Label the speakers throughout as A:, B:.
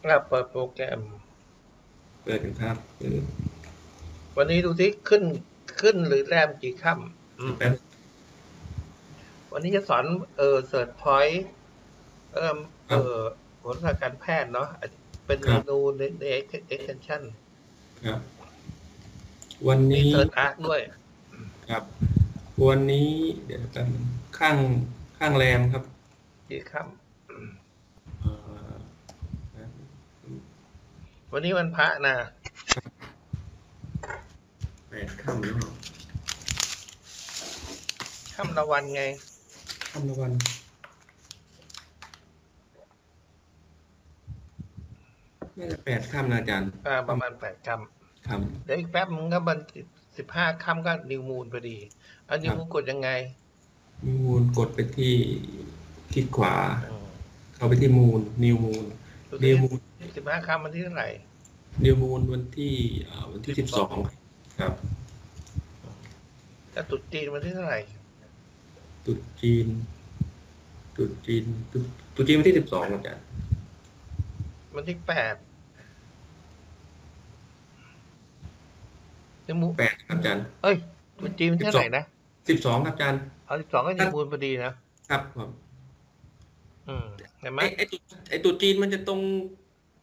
A: แกรม
B: เปิดอยู่ครับเปิด
A: วันนี้ดูที่ขึ้นขึ้นหรือแรมกี่ค่ำอืม
B: แป๊บ
A: วันนี้จะสอนเออเสิร์ชพอยต์เอ่อเออผลทางการแพทย์เนาะอาจจะเป็นเมนูในในเอ็กเทนชั่น
B: ครับ วัน
A: มี
B: นี้
A: เสิร์ชอาร์ด้วย
B: ครับ วันนี้เดี๋ยวแป๊บนึงข้างข้างแรมครับ
A: กี่ค่
B: เอ่อแป๊บ
A: ำวันนี้วันพระนะ
B: แปดข้ามแล้วเหรอ
A: ค่ำละวันไง
B: ข้ามละวันน่าจะแปดข้ามนะอาจารย์
A: อ่าประมาณแปดค่
B: ครับ
A: ำเดี๋ยวอีกแป๊บมึงก็บันสิบห้าค่ำก็นิวมูนพอดีอันนิวมูนกดยังไง
B: มูลกดไปที่คลิกขวา
A: อืม
B: เข้าไปที่มูลนิวมูล
A: ดู
B: นิ
A: ที่
B: วมูล
A: สิบห้าค่ำวันที่เท่าไหร่
B: นิวมูลวันที่เอ่อวันที่สิบสองครับ
A: กระตุดจีนวันที่เท่าไหร่
B: ตรุษจีนตรุษจีนตรุษตรุษจีนวันที่สิบสองอาจารย์
A: วันที่แปดนิมู
B: แปดครับอาจารย์
A: เอ้ยตุดจีนวันที่เท่าไหร่นะ
B: สิบสองครับอาจารย์
A: เอาสิบสองก็นิมูลพอดีนะครับ
B: ผม
A: อืมเห็นไหม
B: ไอไอตรุษไอตรุษจีนมันจะตรง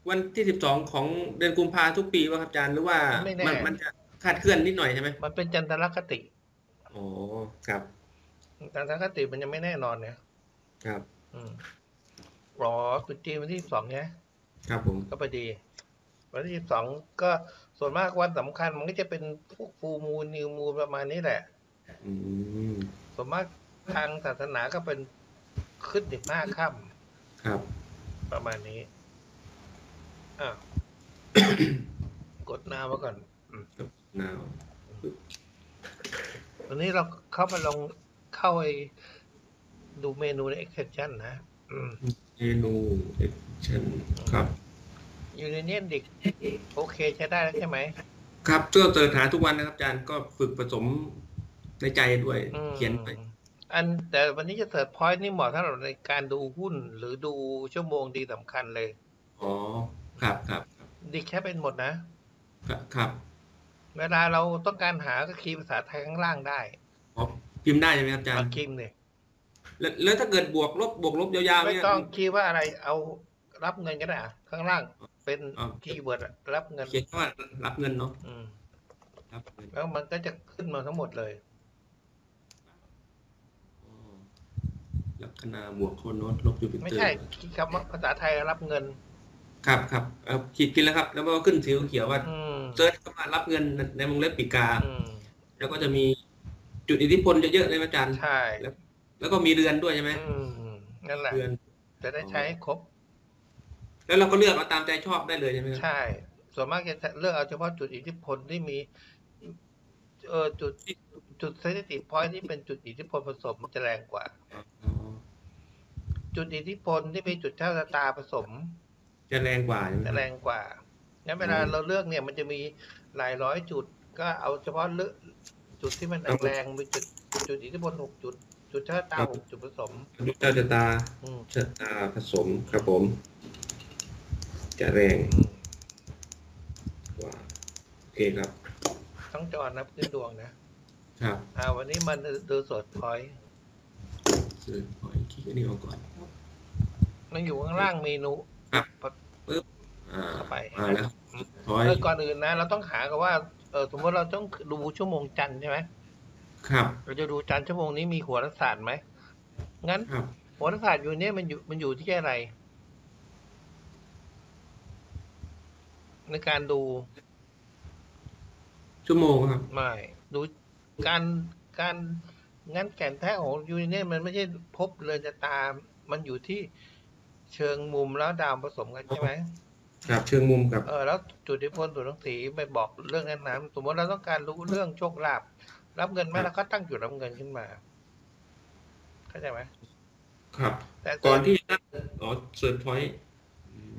B: วันที่สิบสองของเดือนกุมภาทุกปีวะครับอาจารย์หรือว่ามันมันจะคาดเคลื่อนนิดหน่อยใช่ไหม
A: มันเป็นจันทรคติ
B: โอ้ครับ
A: จันทรคติมันยังไม่แน่นอนเนี่ย
B: ครับ
A: อืมรอตุดจีนวันที่สิบสองเนี่ย
B: ครับผม
A: ก็พอดี วันที่สิบสองก็ส่วนมากวันสำคัญ มันก็จะเป็นพวกฟูมูลนิวมูลประมาณนี้แหละ
B: อืม
A: ส่วนมากทางศาสนาก็เป็นขึ้นสิบห้าค่ำ
B: ครับ
A: ประมาณนี้ อ่ะ กดหน้าไว้ก่อน
B: now
A: วันนี้เราเข้ามาลองเข้าไปดูเมนูใน extension นะ อืม
B: เมนูเอ็กชันครับ
A: Union d i c โอเคใช้ได้แล้วใช่ไหม
B: ครับเพื่อเจอหาทุกวันนะครับอาจารย์ก็ฝึกผสมในใจด้วย
A: อืม
B: เขียนไป
A: อันแต่วันนี้จะเสิร์ชพอยต์นี่เหมาะสำหรับในการดูหุ้น หรือดูชั่วโมงดีสำคัญเลย
B: อ๋อครับครับครับ
A: ดิแค่เป็นหมดนะ
B: ครับครับ
A: เวลาเราต้องการหาก็คีย์ภาษาไทยข้างล่างได้
B: อ๋อพิมพ์ได้ใช่ไหมครับอาจาร
A: มา
B: ย์
A: คีมเนี่ย
B: แล้วแล้วถ้าเกิดบวกลบบวกลบยาวๆ
A: ไม่
B: เนี่ย
A: ต้องคีย์ว่าอะไรเอารับเงินก็ได้อะข้างล่างเป็น
B: อ่า
A: คีย์เวิร์ดอะรับเงิน
B: เขียนว่ารับเงินเนาะ
A: อืม
B: รับเงิน
A: แล้วมันก็จะขึ้นมาทั้งหมดเลย
B: อ๋อลักษณะบวกโคนโนตลบยูปิ
A: ไม่
B: เตอร์
A: ใช่คิดคำว่าภาษาไทยรับเงิน
B: ครับครับเอาขีดกินแล้วครับ แล้วก็ขึ้นสีเขียวว่า
A: อืม
B: เซิร์ชเข้ามารับเงินในวงเล็บปีกา
A: อืม
B: แล้วก็จะมีจุดอิทธิพลเยอะๆเลยไหมอาจารย์
A: ใช่
B: แล้วก็มีเรือนด้วยใช่ไหม
A: อืมนั่นแหละ
B: เรือน
A: จะได้ใช้ให้ครบ
B: แล้วเราก็เลือกเอาตามใจชอบได้เลยใช่ไหมครับ
A: ใช่ ส่วนมากจะเลือกเอาเฉพาะจุดอิทธิพลที่มี เออจุดจุดเซนติพอยที่เป็นจุดอิทธิพลผสมมันจะแรงกว่า
B: อ๋อ
A: จุดอิทธิพลที่มีจุดเท่าชะตาผสม
B: จะแรงกว่าใช่ไหม
A: จะ
B: ครับ
A: แรงกว่างั้นเวลา
B: อืม
A: เราเลือกเนี่ยมันจะมีหลายร้อยจุด ก็เอาเฉพาะเลือกจุดที่มันแรงๆมีจุดจุดอิทธิพลหกจุด จุดชาตาหกจุดผสม
B: ดูเจ้าชะตา
A: อืม
B: ชะตาผสมครับผม จะแรง
A: อืม
B: กว่าโอเคครับ
A: ต้องจอนับขึ้นดวงนะ
B: ครับ
A: อ่า วันนี้มันดูสดพอย
B: เสิร์ชขออีกคลิกอันนี้ออกก่อน
A: มันอยู่ข้างล่างเมนู
B: ครับ อ่า
A: เข้าไป
B: มาแล้วร้อย
A: เออก่อนอื่นนะ เราต้องหากันว่าเออสมมติเราต้องดูชั่วโมงจันทร์ใช่ไหม
B: ครับ
A: เราจะดูจันทร์ชั่วโมงนี้มีหัวรศาสตร์ไหมงั้น
B: ครับ
A: หัวรศาสตร์อยู่เนี่ยมันอยู่มันอยู่ที่อะไร ในการดู
B: ชั่วโมงครับ
A: ไม่ดูการการงานแก่นแท้ของยูเนียนมันไม่ใช่พบเรือนจะตาม มันอยู่ที่เชิงมุมแล้วดาวผสมกันใช่ไหม
B: ครับเชิงมุมกับ
A: เออแล้วจุดอิทธิพลตัวหนังสีไปบอกเรื่องนั้นๆสมมติเราต้องการรู้เรื่องโชคลาภรับเงินไหม
B: ครับ
A: เราก็ตั้งจุดรับเงินขึ้นมาเข้าใจไหม
B: ครับ
A: แต่
B: ก่อนที่จะอ๋อเสิร์ชพอยต์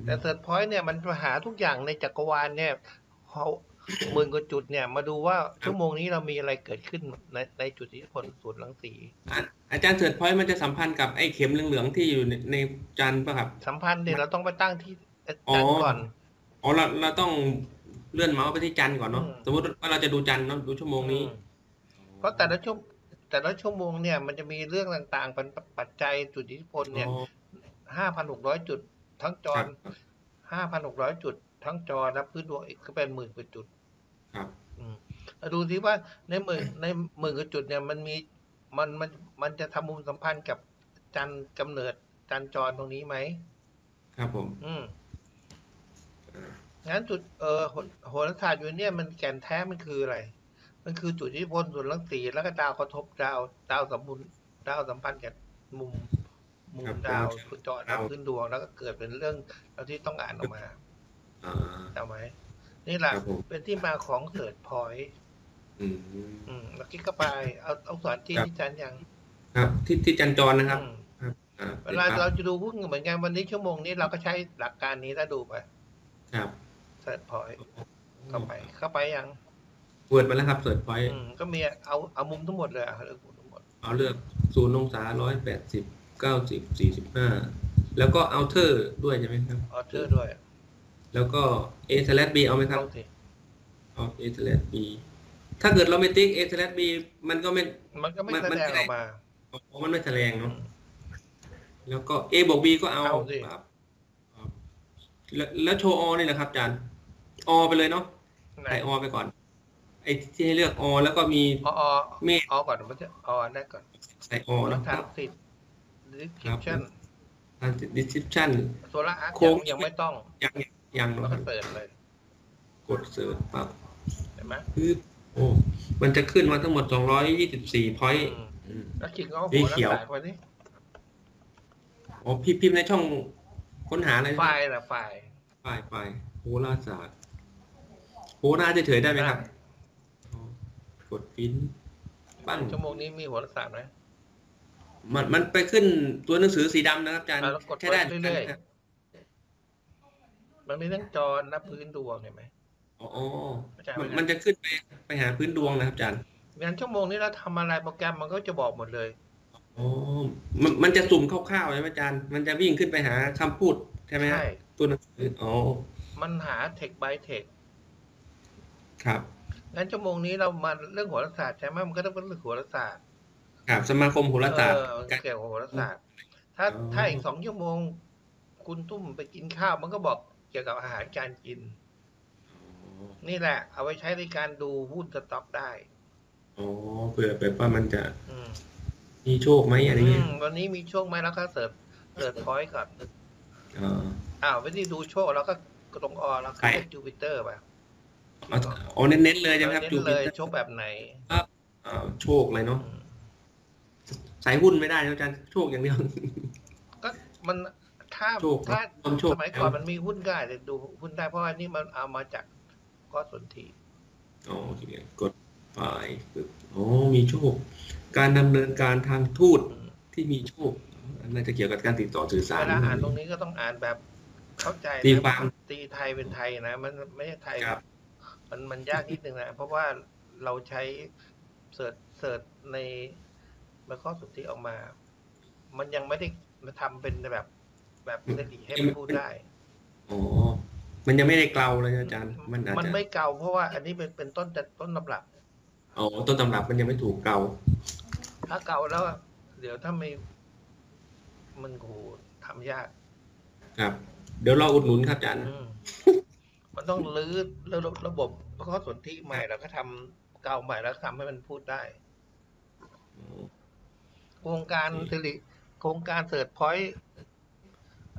A: แต่เซิร์ชพอยต์เนี่ยมันหาทุกอย่างในจักรวาลเนี่ยเขาหมื่นกว่าจุดเนี่ย มาดูว่าชั่วโมงนี้เรามีอะไรเกิดขึ้นในในจุดอิทธิพลสูตรรังสี
B: อ่ะอาจารย์เสิร์ชพอยต์มันจะสัมพันธ์กับไอ้เข็มเหลืองๆที่อยู่ในในจานป่ะครับ
A: สัมพันธ์เนี่ยเราต้องไปตั้งที่
B: อ๋อ
A: จันทร์ก่อน
B: อ๋อเราเราต้องเลื่อนเมาส์ไปที่จันทร์ก่อนเนาะ
A: อืม
B: สมมติว่าเราจะดูจันทร์เนาะดูชั่วโมงนี้
A: เพราะแต่ละชั่วแต่ละชั่วโมงเนี่ยมันจะมีเรื่องต่างๆเป็นปัจจัยจุดอิทธิพลเนี่ย
B: อ๋อ
A: ห้าพันหกร้อยจุด ทั้งจอ
B: ครับ
A: ห้าพันหกร้อยจุด ทั้งจอและพื้นดวงอีกก็เป็นหมื่นกว่าจุด
B: ครับ
A: อืมแล้วดูสิว่าในหมื่นในหมื่นกว่าจุดเนี่ยมันมีมันมันมันจะทำมุมสัมพันธ์กับจันทร์กำเนิดจันทร์จรตรงนี้ไหม
B: ครับผม
A: อืม
B: อ่า
A: งั้นจุดเออโหโหราศาสตร์อยู่เนี่ยมันแก่นแท้มันคืออะไร มันคือจุดที่พลส่วนรังสีแล้วก็ดาวกระทบดาวดาวสัมพันธ์ดาวสัมพันธ์กับมุมมุมดาวคือจอดาวขึ้นดวงแล้วก็เกิดเป็นเรื่องเราที่ต้องอ่านออกมา
B: อ่า
A: จำไหมนี่แหละ
B: ครับผม
A: เป็นที่มาของเกิดพอย
B: อืม
A: อืมแล้วกิ๊กก็ไปเอาเอาสอนจีน
B: ครับ
A: ที่จันทร์ยัง
B: ครับที่ที่จันจรนะครับ
A: อืม
B: อ่
A: เวลา
B: ติดตม
A: เราจะดูหุ้นเหมือนกันวันนี้ชั่วโมงนี้เราก็ใช้หลักการนี้แล้วดูไป
B: ครับ
A: เสิร์ชพอยเข้าไป เข้าไปยัง
B: เปิดมาแล้วครับเสิร์ชพอย
A: อืมก็มีเอาเอามุมทั้งหมดเลยอะเอาเรื่องมุมทั้งหมด
B: เอาเลือกศูนย์องศาร้อยแปดสิบเก้าสิบสี่สิบห้าแล้วก็เอาเทอร์ด้วยใช่ไหมครับ
A: ออเดอร์ด้วย
B: แล้วก็ A สลัด B เอาไหมครั
A: ต้
B: บ
A: องสิ
B: เอา A สลัด B ถ้าเกิดเราไม่ติ๊ก A สลัด B มันก็ไม่
A: มันก็ไม่
B: มัน
A: แส
B: มัน
A: ดง
B: จะ
A: อ
B: ได้
A: อกมา
B: อ๋อมันไม่แสดง
A: อื
B: เนาะ
A: ม
B: แล้วก็ A บวก B ก็เอา
A: เอาสิ
B: ครับครับแล้วแล้วโชว์อนี่แหละครับอาจารย์อไปเลยเนาะ
A: ไหน
B: ใส่อไปก่อน ไอ้ที่ให้เลือกอแล้วก็มี
A: อออ
B: เมฆ
A: ออก่อนมันจะออได้ก่อน
B: ใส่อ
A: แล้
B: นะ
A: ว
B: ค
A: ทา
B: รั
A: ง
B: บ
A: สิทธิ์ description
B: ทาง description
A: โซล่าอาร์ต
B: โค้ง
A: ยังไม่ต้อง
B: ยังยัง
A: เรา
B: เนาะค
A: ก็
B: รับ
A: เปิดเลย
B: กดเสิร์ชปั๊บ
A: เห็นไหม
B: ปึ๊บโอ้มันจะขึ้นมาทั้งหมด 224 point
A: อืม
B: อืม
A: แล้วคิดเอา
B: สี
A: หัว
B: เขียว
A: รักษาคนนี้
B: อ๋อพิมพ์พิมพ์ในช่องค้นหาอะไรนะ
A: ไฟล์ละไฟล์
B: ไฟล์ไฟล์โหราศาสตร์โหราเฉยๆได้ไหมครับอ๋อกดปิ้นปั้ง
A: ชั่วโมงนี้มีหัวรักษาไหม
B: มันมันไปขึ้นตัวหนังสือสีดำนะครับอาจารย์
A: อ่าแล้วกด
B: ใช้ได้
A: เปิดเรื่อยๆ
B: ครับ
A: มันมีเรื่องจอนับพื้นดวงเห็นไหม
B: อ๋ออ๋อ
A: เข้าใจไหม
B: มันมันจะขึ้นไปไปหาพื้นดวงนะครับอาจารย์
A: งั้นชั่วโมงนี้เราทำอะไรโปรแกรมมันก็จะบอกหมดเลย
B: อ๋อมันมันจะสุ่มคร่าวๆใช่ไหมอาจารย์ มันจะวิ่งขึ้นไปหาคำพูดใช่ไหมฮะ
A: ใช่
B: ตัวหนังสืออ๋อ
A: มันหาเทคไบเทค
B: ครับ
A: งั้นชั่วโมงนี้เรามาเรื่องโหัวศาสตร์ใช่ไหมมันก็ต้องเป็นเรื่องโหัวศาสตร์
B: ครับสมาคมโหราศาสตร์
A: เออ
B: การ
A: เกี่ยวกับโหัวศาสตร์ ถ้า
B: อ๋อ
A: ถ้าอีกสองชั่วโมง คุณตุ้มไปกินข้าว มันก็บอกเกี่ยวกับอาหารการกิน นี่แหละ เอาไว้ใช้ในการดูหุ้นสต็อกได้
B: อ๋อเผื่อแบบว่ามันจะ
A: อืม
B: มีโชคไหมอะไรเงี้ย
A: อืมวันนี้มีช่วงไหมแล้วก็เสิร์ฟเสิร์ฟพอยต์ก่อน
B: อ๋อ
A: อ้าวไม่ได้ดูโชคแล้วก็กดลงออแล้วก็
B: ไป
A: จูปิเตอร์ไป
B: เอาเอาเน้นๆเลยใช่ไหมครับ
A: เน้
B: จู
A: นเลย
B: ปิเตอร์
A: โชคแบบไหน
B: อ่าโชคเลย
A: อื
B: เนาะ
A: ม
B: สายหุ้นไม่ได้นะอาจารย์โชคอย่างเดียว
A: ก็มันถ้า
B: โชค
A: ถ้า
B: ความโชค
A: สมัยก่อนมันมีหุ้นได้แต่ดูหุ้นได้เพราะอันนี้มันเอามาจากก็สนที
B: อ๋อโอเคกดไปปึ๊บอ๋อมีโชค การดำเนินการทางทูต
A: อืม
B: ที่มีโชคน่าจะเกี่ยวกับการติดต่อสื่อสาร
A: เวลาอ่านตรงนี้ก็ต้องอ่านแบบเข้าใจนะ
B: ตีความ
A: ตีไทยเป็นไทยนะ มันไม่ใช่ไทย
B: ครับ
A: มันมันยากนิดนึงนะ เพราะว่าเราใช้เสิร์ชเสิร์ชในมันข้อสุทธิออกมา มันยังไม่ได้มาทำเป็นแบบ แบบละเอียดให้มันพูดได้
B: อ๋อมันยังไม่ได้เกลาเลยอาจารย์ มันอาจ
A: มัน
B: จะ
A: ไม่เก่าเพราะว่าอันนี้เป็นเป็นต้นแต่ต้นตำรับ
B: อ๋อต้นตำรับมันยังไม่ถูกเกลา
A: ถ้าเก่าแล้วอะเดี๋ยวถ้าไม่มันโหทำยาก
B: ครับ เดี๋ยวเราอุดหนุนครับอาจารย์
A: อืมมันต้องรื้อระบบระบบแล้วก็สนที่ใหม่แล้วก็ทำเก่าใหม่แล้วทำให้มันพูดได้
B: อ๋อ
A: โครงการ
B: อืม
A: สิริโครงการเสิร์ชพอยต์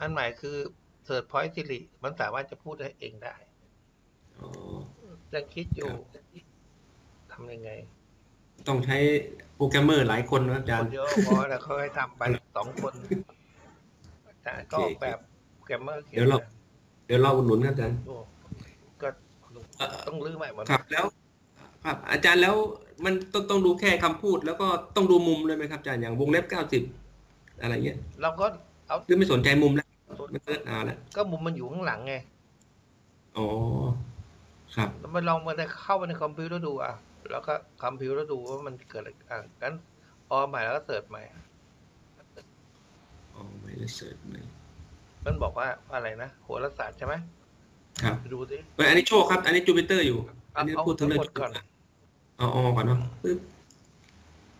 A: อันใหม่คือเสิร์ชพอยต์สิริมันสามารถจะพูดได้เองได้
B: อ๋อ
A: ยังคิดอยู่ทำยังไง
B: ต้องใช้โปรแกรมเมอร์หลายคนนะครับอาจา
A: ค
B: ร
A: น
B: ย์
A: เยอะพอแล้วค่อยๆทำไปสองคนแต่ก็ออกแบบแกรมเมอร์ขีน
B: เดี๋ยวเรา เดี๋ยวเราอุดหนุนครับอาจารย์
A: โอ้ก็ต้องรื้อใหม่หมด
B: ครับ แล้วครับอาจารย์แล้วมันต้องต้องดูแค่คำพูด แล้วก็ต้องดูมุมเลยไหมครับอาจารย์อย่างวงเล็บเก้าสิบอะไรเงี้ย
A: เราก็เอา
B: คือไม่สนใจมุมแล้วไม่เลิศอาแล้ว
A: ก็มุมมันอยู่ข้างหลังไง
B: อ๋อ ครับ
A: แล้วมันลองมาได้เข้าไปในคอมพิวเตอร์ดูอ่ะ แล้วก็คอมพิวเตอร์ดูว่ามันเกิดอะไรอ่ะงั้นออมใหม่แล้วก็เสิร์ชใหม่
B: อ๋อไม่ได้เสิร์ชไหม
A: มันบอกว่าอะไรนะโหราศาสตร์ใช่ไหม
B: ครับ
A: ไปดูสิ
B: เอยอันนี้โชคครับ อันนี้จูปิเตอร์อยู่ อันนี้
A: เอา
B: พูดถึงเรื่อ
A: ห
B: ง
A: มด
B: จูปิ
A: ก่อน
B: เตอร์เอาออกก่อนเนาะปึ๊บ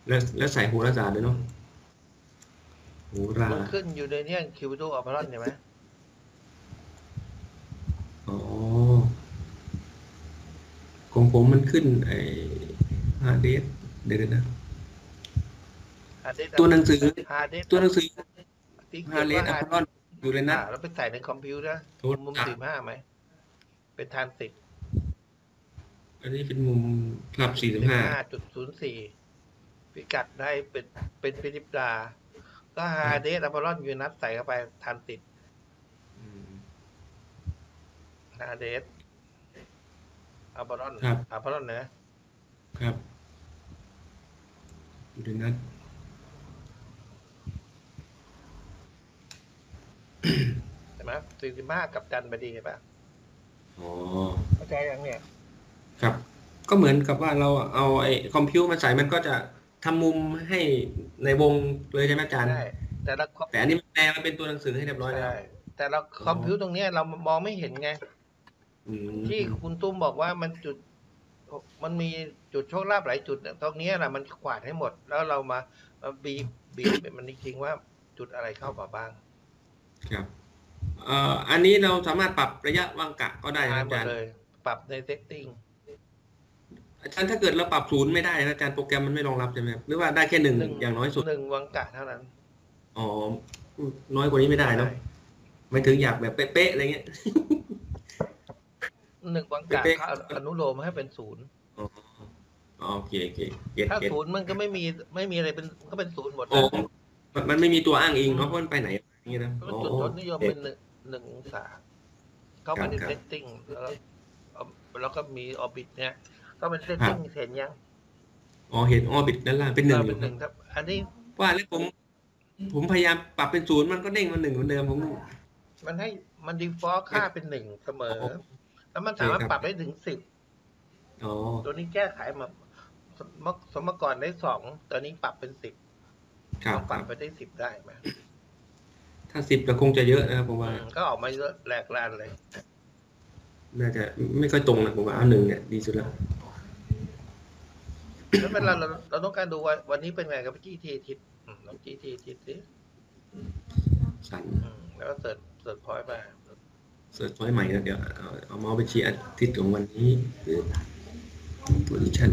B: แล้วแล้วใส่โหราศาสตร์ด้วยเนาะโหรา
A: มันขึ้นอยู่ในเนี้คิวบิโตอัพพลอนใช่ไหม
B: อ๋อของผมมันขึ้น ไอ้ฮาเดสเดี๋ยวๆนะ ตัวหนังสือ
A: ฮาร์ดดิสก์
B: ตัวหนังสือ
A: ที่
B: ฮา
A: เขียน
B: เลส
A: ว่า
B: อั
A: ฮา
B: พ
A: ร์ด
B: พลอนอยู่เลยนะ
A: อ่าแล้วไปใส่ในคอมพิวเตอร์
B: โหรา
A: มุม
B: ศาสต
A: สี่
B: ร์
A: ห้าไหมเป็นทานสิบ
B: อันนี้เป็นมุมครับสี่สิบห้า
A: จุดศูนย์สี่พิกัดได้เป็นเป็นฟิลิปดา ก็ฮาร์ดดิสก์อัพพลอนยูนัสใส่เข้าไปทานสิบฮาร์ดดิสก์อัพพลอน
B: ครับ
A: อัพพลอนนะ
B: ครับยูเรนัส
A: ใช่ไหมสี่สิบห้ากลับดันไปดีใช่ปะ
B: อ๋อ
A: เข้าใจยังเนี่ย
B: ครับ ก็เหมือนกับว่าเราเอาไอ้คอมพิวมาใส่มันก็จะทำมุมให้ในวงเลยใช่ไหมอาจารย์
A: ได้ แต่ละคอม
B: แต่อันนี้มันแปลมาเป็นตัวหนังสือให้เรียบร้อยแล้ว
A: ได้แต่ละคอมพิวตรงเนี้ยเรามองไม่เห็นไง
B: อืม
A: ที่คุณตุ้มบอกว่ามันจุด มันมีจุดโชคลาภหลายจุดเนี่ยตรงเนี้แหละมันกวาดให้หมด แล้วเรามามาบีบบีบมันจริงๆว่าจุดอะไรเข้ามาบ้าง
B: ครับเอ่ออันนี้เราสามารถปรับระยะวังกะก็ได้
A: อ่า
B: นะ
A: นห
B: อาม
A: ด
B: จารย์
A: เลย ปรับในเซตติ้ง
B: อาจารย์ถ้าเกิดเราปรับศูนย์ไม่ได้นะอาจารย์โปรแกรมมันไม่รองรับใช่ไหมครับหรือว่าได้แค่หนึ่งอย่างน้อยสุด
A: หนึ่งวังกะเท่านั้น
B: อ๋อ น้อยกว่านี้ไม่ได้เนอะไม่ถึงอยากแบบเป๊ะๆอะไรเงี้ย
A: หนึ่งวังกะ
B: เป๊ะ
A: เขาอนุโลมให้เป็นศูนย์
B: อ๋ออ๋อโอเคโอเคเก็ต
A: ถ้า
B: เก็ต
A: ศูนย์มันก็ไม่มีไม่มีอะไรเป็นก็เป็นศูนย์หมด
B: โอ้
A: นะ
B: มันมันไม่มีตัวอ้างอิงเนาะเพราะมันไปไหนอย่างนี้นะ
A: ก็จุด
B: โอ้
A: ทศนิยมเป็นหนึ่งหนึ่งองศาเข้าไปในเซตติ้งแล้วเอาแล้วก็มีออบิทเนี่ยก็เป็นเซตติ้งเห็นยัง
B: อ๋อเห็นออบิทด้านล่างเป็นหนึ่ง
A: เรา
B: อ
A: เป็
B: ยู่
A: นหนึ่งครับ อันนี้
B: ว่าแล้วผม ผมพยายามปรับเป็นศูนย์มันก็เด้งมาหนึ่งเหมือนเดิมผม
A: มันให้มันดีฟอลค่าเป็นหนึ่งเสมอ แล้วมันสามารถ
B: โอเคครับ
A: ปรับได้ถึงสิบ
B: อ๋อ
A: ตัวนี้แก้ไขมาสมกสมกรได้สองตัวนี้ปรับเป็นสิบ
B: ครับ
A: ปรับไปได้สิบได้ไหม
B: ถ้าสิบก็คงจะเยอะนะครับผมว่า
A: ก็ออกมาเยอะแหลกลานเลย
B: น่าจะไม่ค่อยตรงนะผมว่าเอาหนึ่งเนี่ยดีสุดแล้ว
A: แล้วเวลาเราเราต้องการดูว่าวันนี้เป็นไงกับจี้ทีทิศอืมลองจี้ทีทิศสิ
B: สัน
A: อืมแล้วก็เสิร์ชเสิร์ชพอยต์มา
B: เสิร์ชไว้ใหม่นะเดี๋ยวเอาเอาเมาส์ไปชี้อาทิตย์ของวันนี้โพซิชัน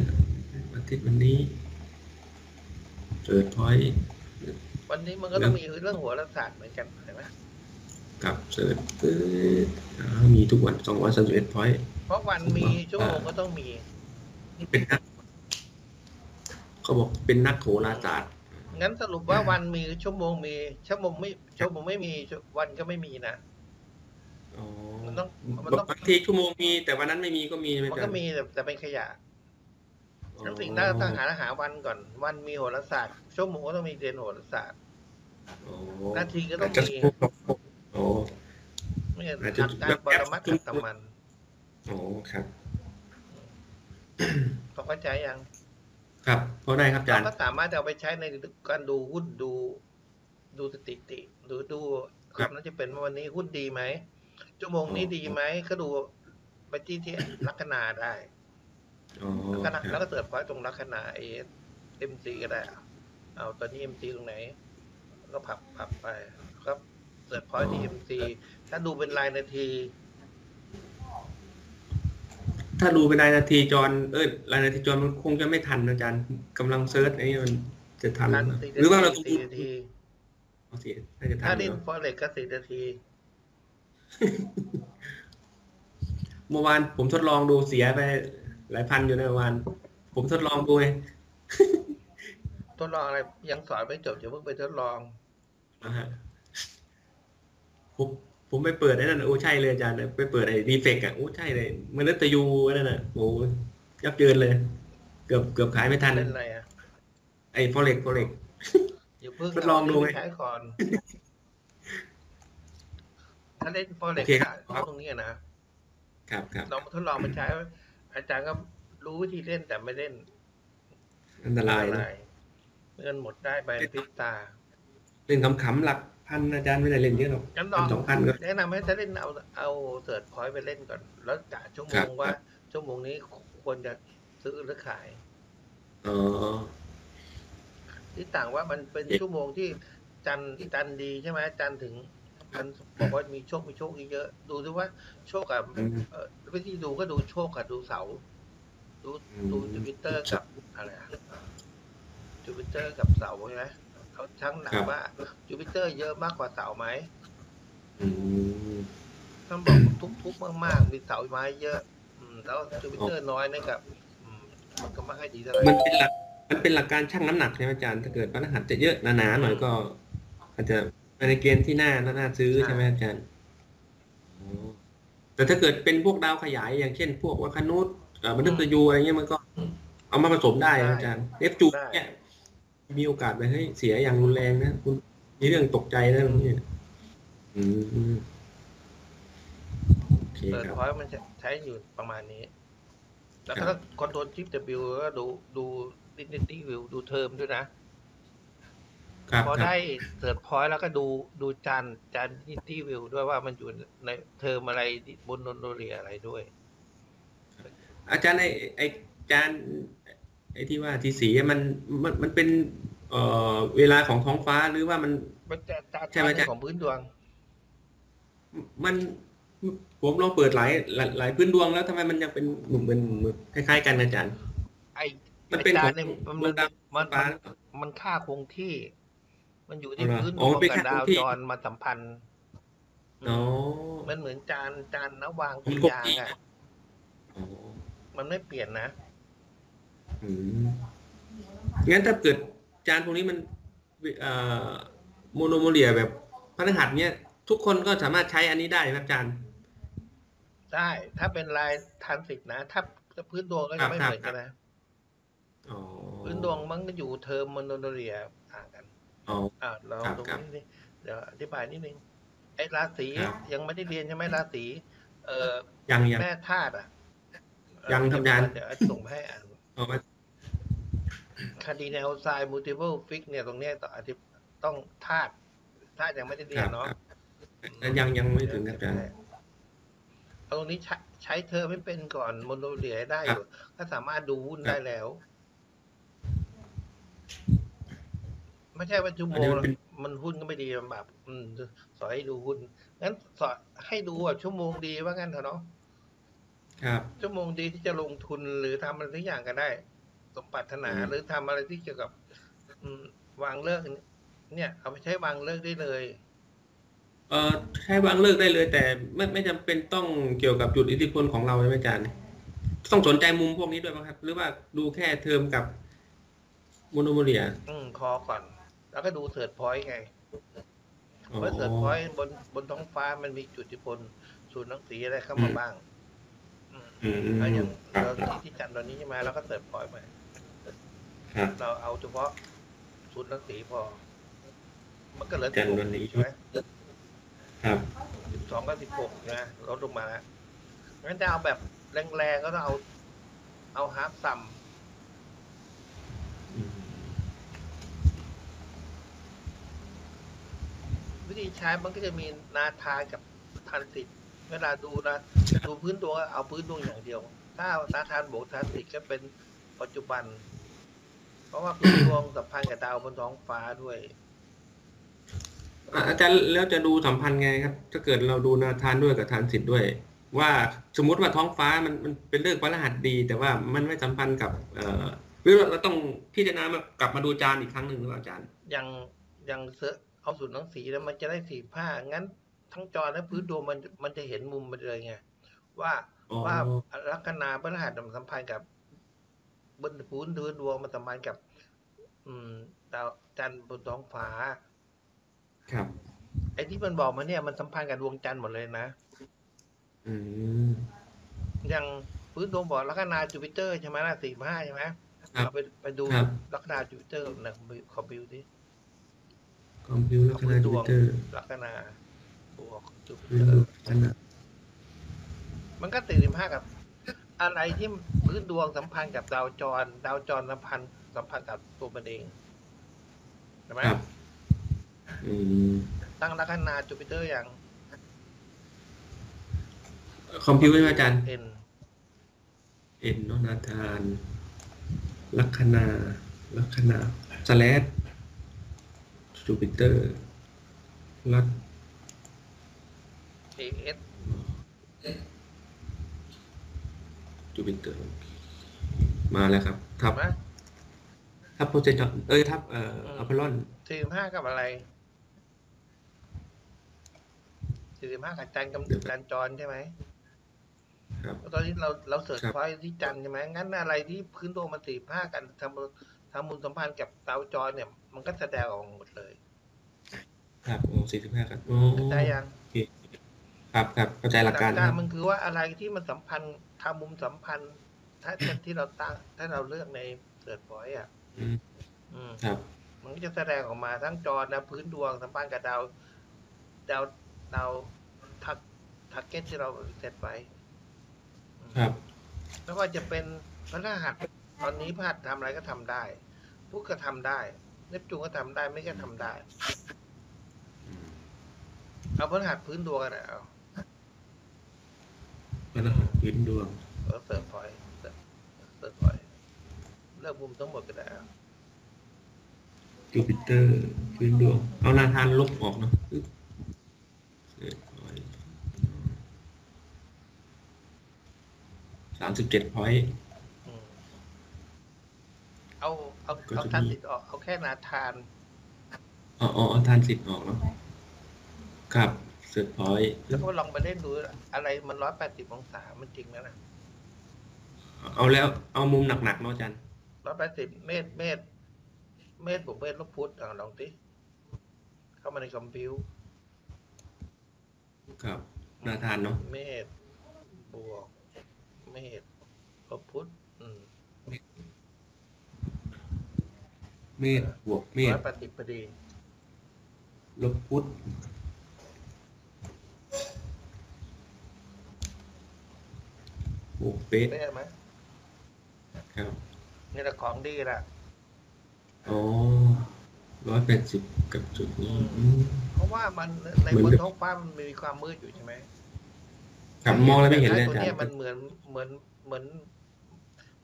B: อาทิตย์วันนี้เสิร์ชพอยต์
A: วันนี้มันก็ต้องมีเรื่องหัวรัฐศาสตร์เหมือนกันใช่ไหม
B: กับเสิร์ชปึ๊ดอ่ามีทุกวันสองร้อยสามสิบเอ็ดพอย
A: เพราะวันมีชั่วโมงก็ต้องมี
B: เป็นนักเขาบอกเป็นนักโหราศาสตร์
A: งั้นสรุปว่าวันมีชั่วโมงมีชั่วโมงไม่ชั่วโมงไม่มีวันก็ไม่มีนะ มันต้องมันต้อง
B: บางทีชั่วโมงมี แต่วันนั้นไม่มีก็มีไห
A: มัน
B: จ๊ะ
A: ก็มีแต่แต่เป็นขยะ
B: อ๋อ
A: ทั้งสิ่งน่าต้องหาหาวันก่อน วันมีโหราศาสตร์ชั่วโมงก็ต้องมีเรียนโหราศาสตร์
B: อ๋อ
A: นาทีก็ต้อง
B: าจจะ
A: มี
B: โอ้
A: ไม่ใช่ห
B: อาจจะ
A: ลักการปรมัตถ์
B: แบบ
A: กับตมัน
B: โหครับ
A: พอเข้าใจยัง
B: ครับพอได้ครับอาจา
A: เรา
B: รย์
A: ก็สามารถจะเอาไปใช้ในการดูหุ้นดู ดูสถิติดูดูครับน่าจะเป็นว่าวันนี้หุ้นดีไหมชั่วโมงนี้ดีไหมก็ดูไปที่ที่ลัคนาได้
B: อ๋อ
A: ลัคนา
B: ค
A: แล้
B: รั
A: ว
B: บ
A: ก็เสิร์ชพอยต์ตรงลัคนาเอสเอ็มซีก็ได้เอาตอนนี้เอ็มซีตรงไหน ก็ผับผับไปครับเสิร์ชพอยต์ที่เอ็มซีถ้าดูเป็นรายนาที
B: ถ้าดูเป็นรายนาทีจรเอ้ยรายนาทีจรมันคงจะไม่ทันนะอาจารย์กำลังเซิร์ชไอ้นี่มันจะทันห
A: ทั
B: รือน เป
A: สี่
B: ล่าหรือว่าเรา
A: นา
B: ต้อง
A: ทีสี่นาที
B: เอาสิน่าจะทั
A: ถ้าน เล่น
B: เนอะ
A: ฟอเร็กก็สี่นาที
B: เมื่อวานผมทดลองดูเสียไปหลายพันอยู่ในะเมื่อวาน ผมทดลองดูไง
A: ทดลองอะไรยังสอนไม่จบอย่าเพิ่งไปทดลอง
B: นะฮะผมผมไปเปิดไอ้นั่นน่ะโอ้ใช่เลยอาจารย์ไปเปิดไอ้ดีเฟกอ่ะโอ้ใช่เลยมนุษย์ตยูไอ้นั่นน่ะโอ้ยับเยินเลย เกือบเกือบขายไม่ทัน
A: เล่นอะไรอ่ะ
B: ไอ้ฟอเร็กฟอเร็ก
A: อย่าเพิ่ง
B: ทดลองดูไง
A: เาเนใช้ก่อน ถ้าเล่นฟอเร็ก
B: โอเคครับ
A: ต้องตรงนี้นะครับ
B: ครับ
A: ลองทดลองมาใช้ อาจารย์ก็รู้วิธีเล่นแต่ไม่เล่น
B: อันตรายนะ
A: เงินหมดได้ไปพริบตา
B: เล่นขำๆหลัก พันอาจารย์ไม่ได้เล่นเยอะหรอก
A: งั้นล
B: พั
A: อน ง
B: สองพันก็
A: แนะนำให้ถ้าเล่นเอาเอาเติร์ดพอยต์ไปเล่นก่อน แล้วกะชั่วโม
B: ครั
A: ง
B: บ
A: ว่า ชั่วโมงนี้ควรจะซื้อหรือขาย
B: อ๋อ
A: ที่ต่างว่ามันเป็น
B: เอ๊ะ
A: ชั่วโมงที่จันทร์จันทร์ดีใช่ไหมจันทร์ถึงมันบอกว่ามีโชคมีโชคเยอะดูดูว่าโชคกับ
B: อืม
A: เอ่อวิธีดูก็ดูโชคกับดูเสาร์ดู
B: อืม
A: ดูจูปิเตอร์กับอะไรอะจูปิเตอร์กับเสาร์ใช่ไหมเขาทั้งหนักว่าจูปิเตอร์เยอะมากกว่าเสาร์ไหม
B: อืม
A: ท่านบอกทุกทุกๆมากๆมีเสาไม้เยอะ อืมแล้วจูปิเตอร์น้อยนั่นกับอืมมันก็ไม่ค่อยดีเท่าไหร่
B: มันเป็นหลักมันเป็นหลักการชั่งน้ำหนักใช่ไหมอาจารย์ ถ้าเกิดพระรหัสจะเยอะหนาๆหน่อยก็อาจจะไปในเกณฑ์ที่หน้าน่าซื้อใช่ไหมอาจารย์อ๋อแต่ถ้าเกิดเป็นพวกดาวขยายอย่างเช่น พวกวัคคนุษเอ่อมนุษย์ตยูอะไรเงี้ยมันก็ เอามาผสมได้นะอาจารย์เนปจูนเนี่ยมีโอกาสไปเฮ้ยเสียอย่างรุนแรงนะคุณมีเรื่องตกใจนะเนี่ยอืมโอเค
A: เติร์ด
B: ครับ
A: พอยต์มันจะใช้อยู่ประมาณนี้ แล้วก็
B: ครับ
A: คอนโทรลชิป W แล้วก็ดูดูดินิตี้วิวดูเทอมด้วยนะ
B: ครับ
A: พอ
B: ครับ
A: ได้เสิร์ชพอยต์แล้วก็ดูดูจานจานดินิตี้วิวด้วยว่ามันอยู่ในเทอมอะไรบนนนโนเรียอะไรด้วย
B: อาจารย์ไอไอจานไอที่ว่าทีสีมันมันมันเป็น เอ่อเวลาของท้องฟ้าหรือว่ามัน
A: มันจะจาน
B: ใช่ไหม
A: จาน
B: จ๊ะ
A: ของพื้นดวง
B: มันผมลองเปิดหลายหลายหลายพื้นดวงแล้วทำไมมันยังเป็นเหมือนเหมือนเหมือนคล้ายๆกันอาจารย์
A: ไอ
B: มัน
A: ไอ
B: เป็น
A: จา
B: ขอน ง
A: เนี่ยมัน
B: ด
A: มั
B: วน งดาว
A: มัน
B: ฟ้า
A: มันค่าคงที่ มันอยู่ที่
B: อ๋อเหรอ
A: พื้นด
B: อ๋อ
A: ว
B: มั
A: ง
B: นเป็น
A: กับ
B: ค่า
A: ดาว
B: คงที่
A: จรมาสัมพันธ์
B: อ๋อ
A: มันเหมือนจานจานนวาง
B: มัน
A: ที่
B: คง
A: ยาง
B: ที่
A: อ่ะ
B: อ๋อ
A: มันไม่เปลี่ยนนะ
B: อืมงั้นถ้าเกิดจานพวกนี้มันเอ่อโมโนโมเลียแบบพระรหัสเนี้ยทุกคนก็สามารถใช้อันนี้ได้ไหมครับอาจารย์
A: ได้ ถ้าเป็นลายทรานสิตนะ ถ้าถ้าพื้นดวงก็จะไม่
B: ครั
A: เห
B: บ
A: มือนกันนะ
B: อ๋อ
A: พื้นดวงมันก็อยู่เทอมมโนโนเรียต่างกัน
B: อ๋อ
A: อ่าเรา
B: ครับ
A: ตรง
B: ครับ
A: นี้นิดเดี๋ยวอธิบายนิดนึง ไอ้ราศี
B: ครับ
A: ยังไม่ได้เรียนใช่ไหมราศีเอ่อ
B: ยังยัง
A: แม่ธาตุอ่ะ
B: ยังครับยัง
A: เดี๋ยวส่งมาให้อ่าน
B: เอามา
A: คดีแนวไซมูติเบิลฟิกเนี่ยตรงเนี้ยต่ออธิต้องธาตุธาตุยังไม่ได้เรียนเนาะ
B: ครับ ยังยังไม่ถึงครับอาจารย์
A: เอาตรงนี้ใช้ใช้เธอไม่เป็นก่อนมโนเรียได้อยู่ก็สามารถดูหุ้น
B: ครับ
A: ได้แล้ว ไม่ใช่ว่าชั่วโม
B: อันนี้
A: ง
B: มันเป็น
A: มันหุ้นก็ไม่ดีมันแบบอืมสอนให้ดูหุ้นงั้นสอนให้ดูแบบชั่วโมงดีว่างั้นเถอะเนาะ
B: ครับ
A: ชั่วโมงดีที่จะลงทุนหรือทำอะไรทุกอย่างก็ได้ สมปรารถนาหรือทำอะไรที่เกี่ยวกับ อืมวางเลิกเนี่ย เอาไปใช้วางเลิกได้เลย
B: เอ่อใช้วางเลิกได้เลย แต่ไม่ไม่จำเป็นต้องเกี่ยวกับจุดอิทธิพลของเราใช่ไหมอาจารย์ ต้องสนใจมุมพวกนี้ด้วยไหมครับ หรือว่าดูแค่เทอมกับโมโนโมเลีย
A: อืมคอก่อน แล้วก็ดูเสิร์ชพอยต์ไง
B: อ๋อ
A: เพราะเสิร์ชพอยต์บนบนท้องฟ้ามันมีจุดอิทธิพลศูนย์หนังสีอะไรเข้ามาบ้าง อืม
B: อืมอืม
A: ถ้าอย่าง
B: ครับ
A: เรา
B: ครับ
A: ที่จันตอนนี้ใช่ไหมเราก็เสิร์ฟพอยต์ไป
B: ครับ
A: เราเอาเฉพาะศูนย์รังสีพอ มันก็เหลือ
B: จันทร์
A: 16
B: วันนี้
A: ใช่ไหม
B: ครับ
A: สิบสองก็สิบหกนะลดลงมาแล้วงั้นจะเอาแบบแรงๆก็ต้องเอา เอาฮาร์ปซัม
B: อืม
A: วิธีใช้มันก็จะมีนาทานกับทานติดเวลาดูนะดูพื้นดวงก็เอาพื้นดวงอย่างเดียว ถ้าเอานาทานบวกทานติดก็เป็นปัจจุบัน เพราะว่าพื้นดวงสัมพันธ์กับดาวบนท้องฟ้าด้วย
B: อ่ะอาจารย์แล้วจะดูสัมพันธ์ไงครับ ถ้าเกิดเราดูนาทานด้วยกับทานสิทธิ์ด้วย ว่าสมมติว่าท้องฟ้ามันมันเป็นเลิกษ์พระรหัสดี แต่ว่ามันไม่สัมพันธ์กับ เอ่อหรือเราต้องพิจารณากลับมาดูจานอีกครั้งหนึ่งหรือเปล่าอาจารย์
A: อย่างอย่างเสือเอาสูตรหนังสีแล้วมันจะได้สีผ้างั้น ทั้งจอและพื้นดวงมันมันจะเห็นมุมมันเลยไงว่า
B: อ๋อ
A: ว่าลัคนาพระรหัสมันสัมพันธ์กับบนพื้นดวงดวงมันสัมพันธ์กับ อืมดาวจันทร์บนท้องฟ้า
B: ครับ
A: ไอ้ที่มันบอกมาเนี่ยมันสัมพันธ์กับดวงจันทร์หมดเลยนะ
B: อืม
A: อย่างพื้นดวงบอกลัคนาจูปิเตอร์ใช่ไหมล่ะสีผ้าใช่ไหม
B: ครับ
A: เราไปไปดู
B: ครับ
A: ลัคนาจูปิเตอร์ในคอมพิวคอมพิวดิ
B: คอมพิวเตอร์ลักษณะทวิตเตอร์
A: ลัคนาบวกจูปิ
B: วิ
A: เตอ
B: ดู
A: ร์
B: ขนาด
A: มันก็ตีสิบห้ากับ อะไรที่พื้นดวงสัมพันธ์กับดาวจร ดาวจรสัมพันธ์สัมพันธ์กับตัวมันเองใช่ไหม
B: ครับ อืม
A: ตั้งลัคนาจูปิเตอร์อย่าง
B: คอมพิวใช่ไหมอาจารย์
A: เอ็น
B: เอ็นโนนาธาน ลัคนา ลัคนาสแลสจูปิเตอร์ลัต
A: เอส
B: จูปิเตอร์ มาแล้วครับ ทับ
A: นะ
B: ทับโพเซดอนเอ้ย ทับเอ่ออพอลลอน
A: สี่สิบห้ากับอะไรสี่สิบห้ากับจันทร์กับ
B: เดี๋ยว
A: จันทร์จรใช่ไหม
B: ครับ
A: ตอนนี้เราเราเสิร์ช
B: ครับ
A: ไว้ที่จันทร์ใช่ไหมงั้นอะไรที่พื้นดวงมันสี่ห้ากันทำทำมูลสัมพันธ์กับดาวจรเนี่ย มันก็แสดงออกหมดเลย
B: ครับโอ้สี่สิบห้าครับโอ้
A: เข้าใจยัง
B: ครับครับเข้าใจหลักการ
A: หลักการมันคือว่าอะไรที่มันสัมพันธ์ทางมุมสัมพันธ์ ถ้าถ้าที่เราตั้งถ้าเราเลือกในเสิร์ชพอยอ่ะ
B: อืม
A: อืม
B: ครับ
A: มันก็จะแสดงออกมาทั้งจอนะพื้นดวงสัมพันธ์กับดาวดาวดาวทักทักเก็ตที่เราเซตไว้อืม
B: ครับ
A: ไม่ว่าจะเป็นพระรหัสตอนนี้พระรหัสทำอะไรก็ทำได้พุกก็ทำได้เนปจูนก็ทำได้ไม่ก็ทำได้ เอาพระรหัสพื้นดวงกันนะเอา
B: แล้วนะครับพื้นดวง
A: เอาเสิร์ชพอยเสิร์ชพอยเลือกมุมทั้งหมดก็ได้เอา
B: จูปิเตอร์พื้นดวง เอานาธานลบออกเนาะอึ๊บเรียบร้อยสามสิบเจ็ดพอยต์
A: อืมเอาเอา
B: ก็
A: เอา
B: จะ
A: ทัน
B: มี
A: ติดออกเอาแค่นาทาน
B: อ๋ออ๋อเอาทานสิบออกเนาะครับเสร็จพอยต์
A: แล้วก็ลองไปเล่นดูอะไรมันร้อยแปดสิบองศามันจริงนะนะ
B: เอาแล้วเอามุมหนักๆเนาะอาจารย์
A: ร้อยแปดสิบเมตรเมตร เมตรบวกเมตรลบพุทธอ่ะลองสิเข้ามาในคอมพิว
B: ครับ นาธานเนาะ
A: เมตรบวกเมตรลบพุทธอืม
B: เมตรบวกเมต
A: ร้
B: ร
A: อยแปดสิบพอดี
B: ลบพุทธบวกเป๊ะ
A: ได้ไหม
B: ครับ
A: นี่แหละของดีละ
B: อ๋อร้อยแปดสิบกับจุดนี้
A: อื เพราะว่ามันในบนท้องฟ้ามันมีความมืดอยู่ใช่ไหม
B: ครับมองแล้วไม่เห็นเลย
A: ตัว
B: อาจาร
A: เนี้ย
B: ย์
A: มันเหมือนเหมือนเหมือน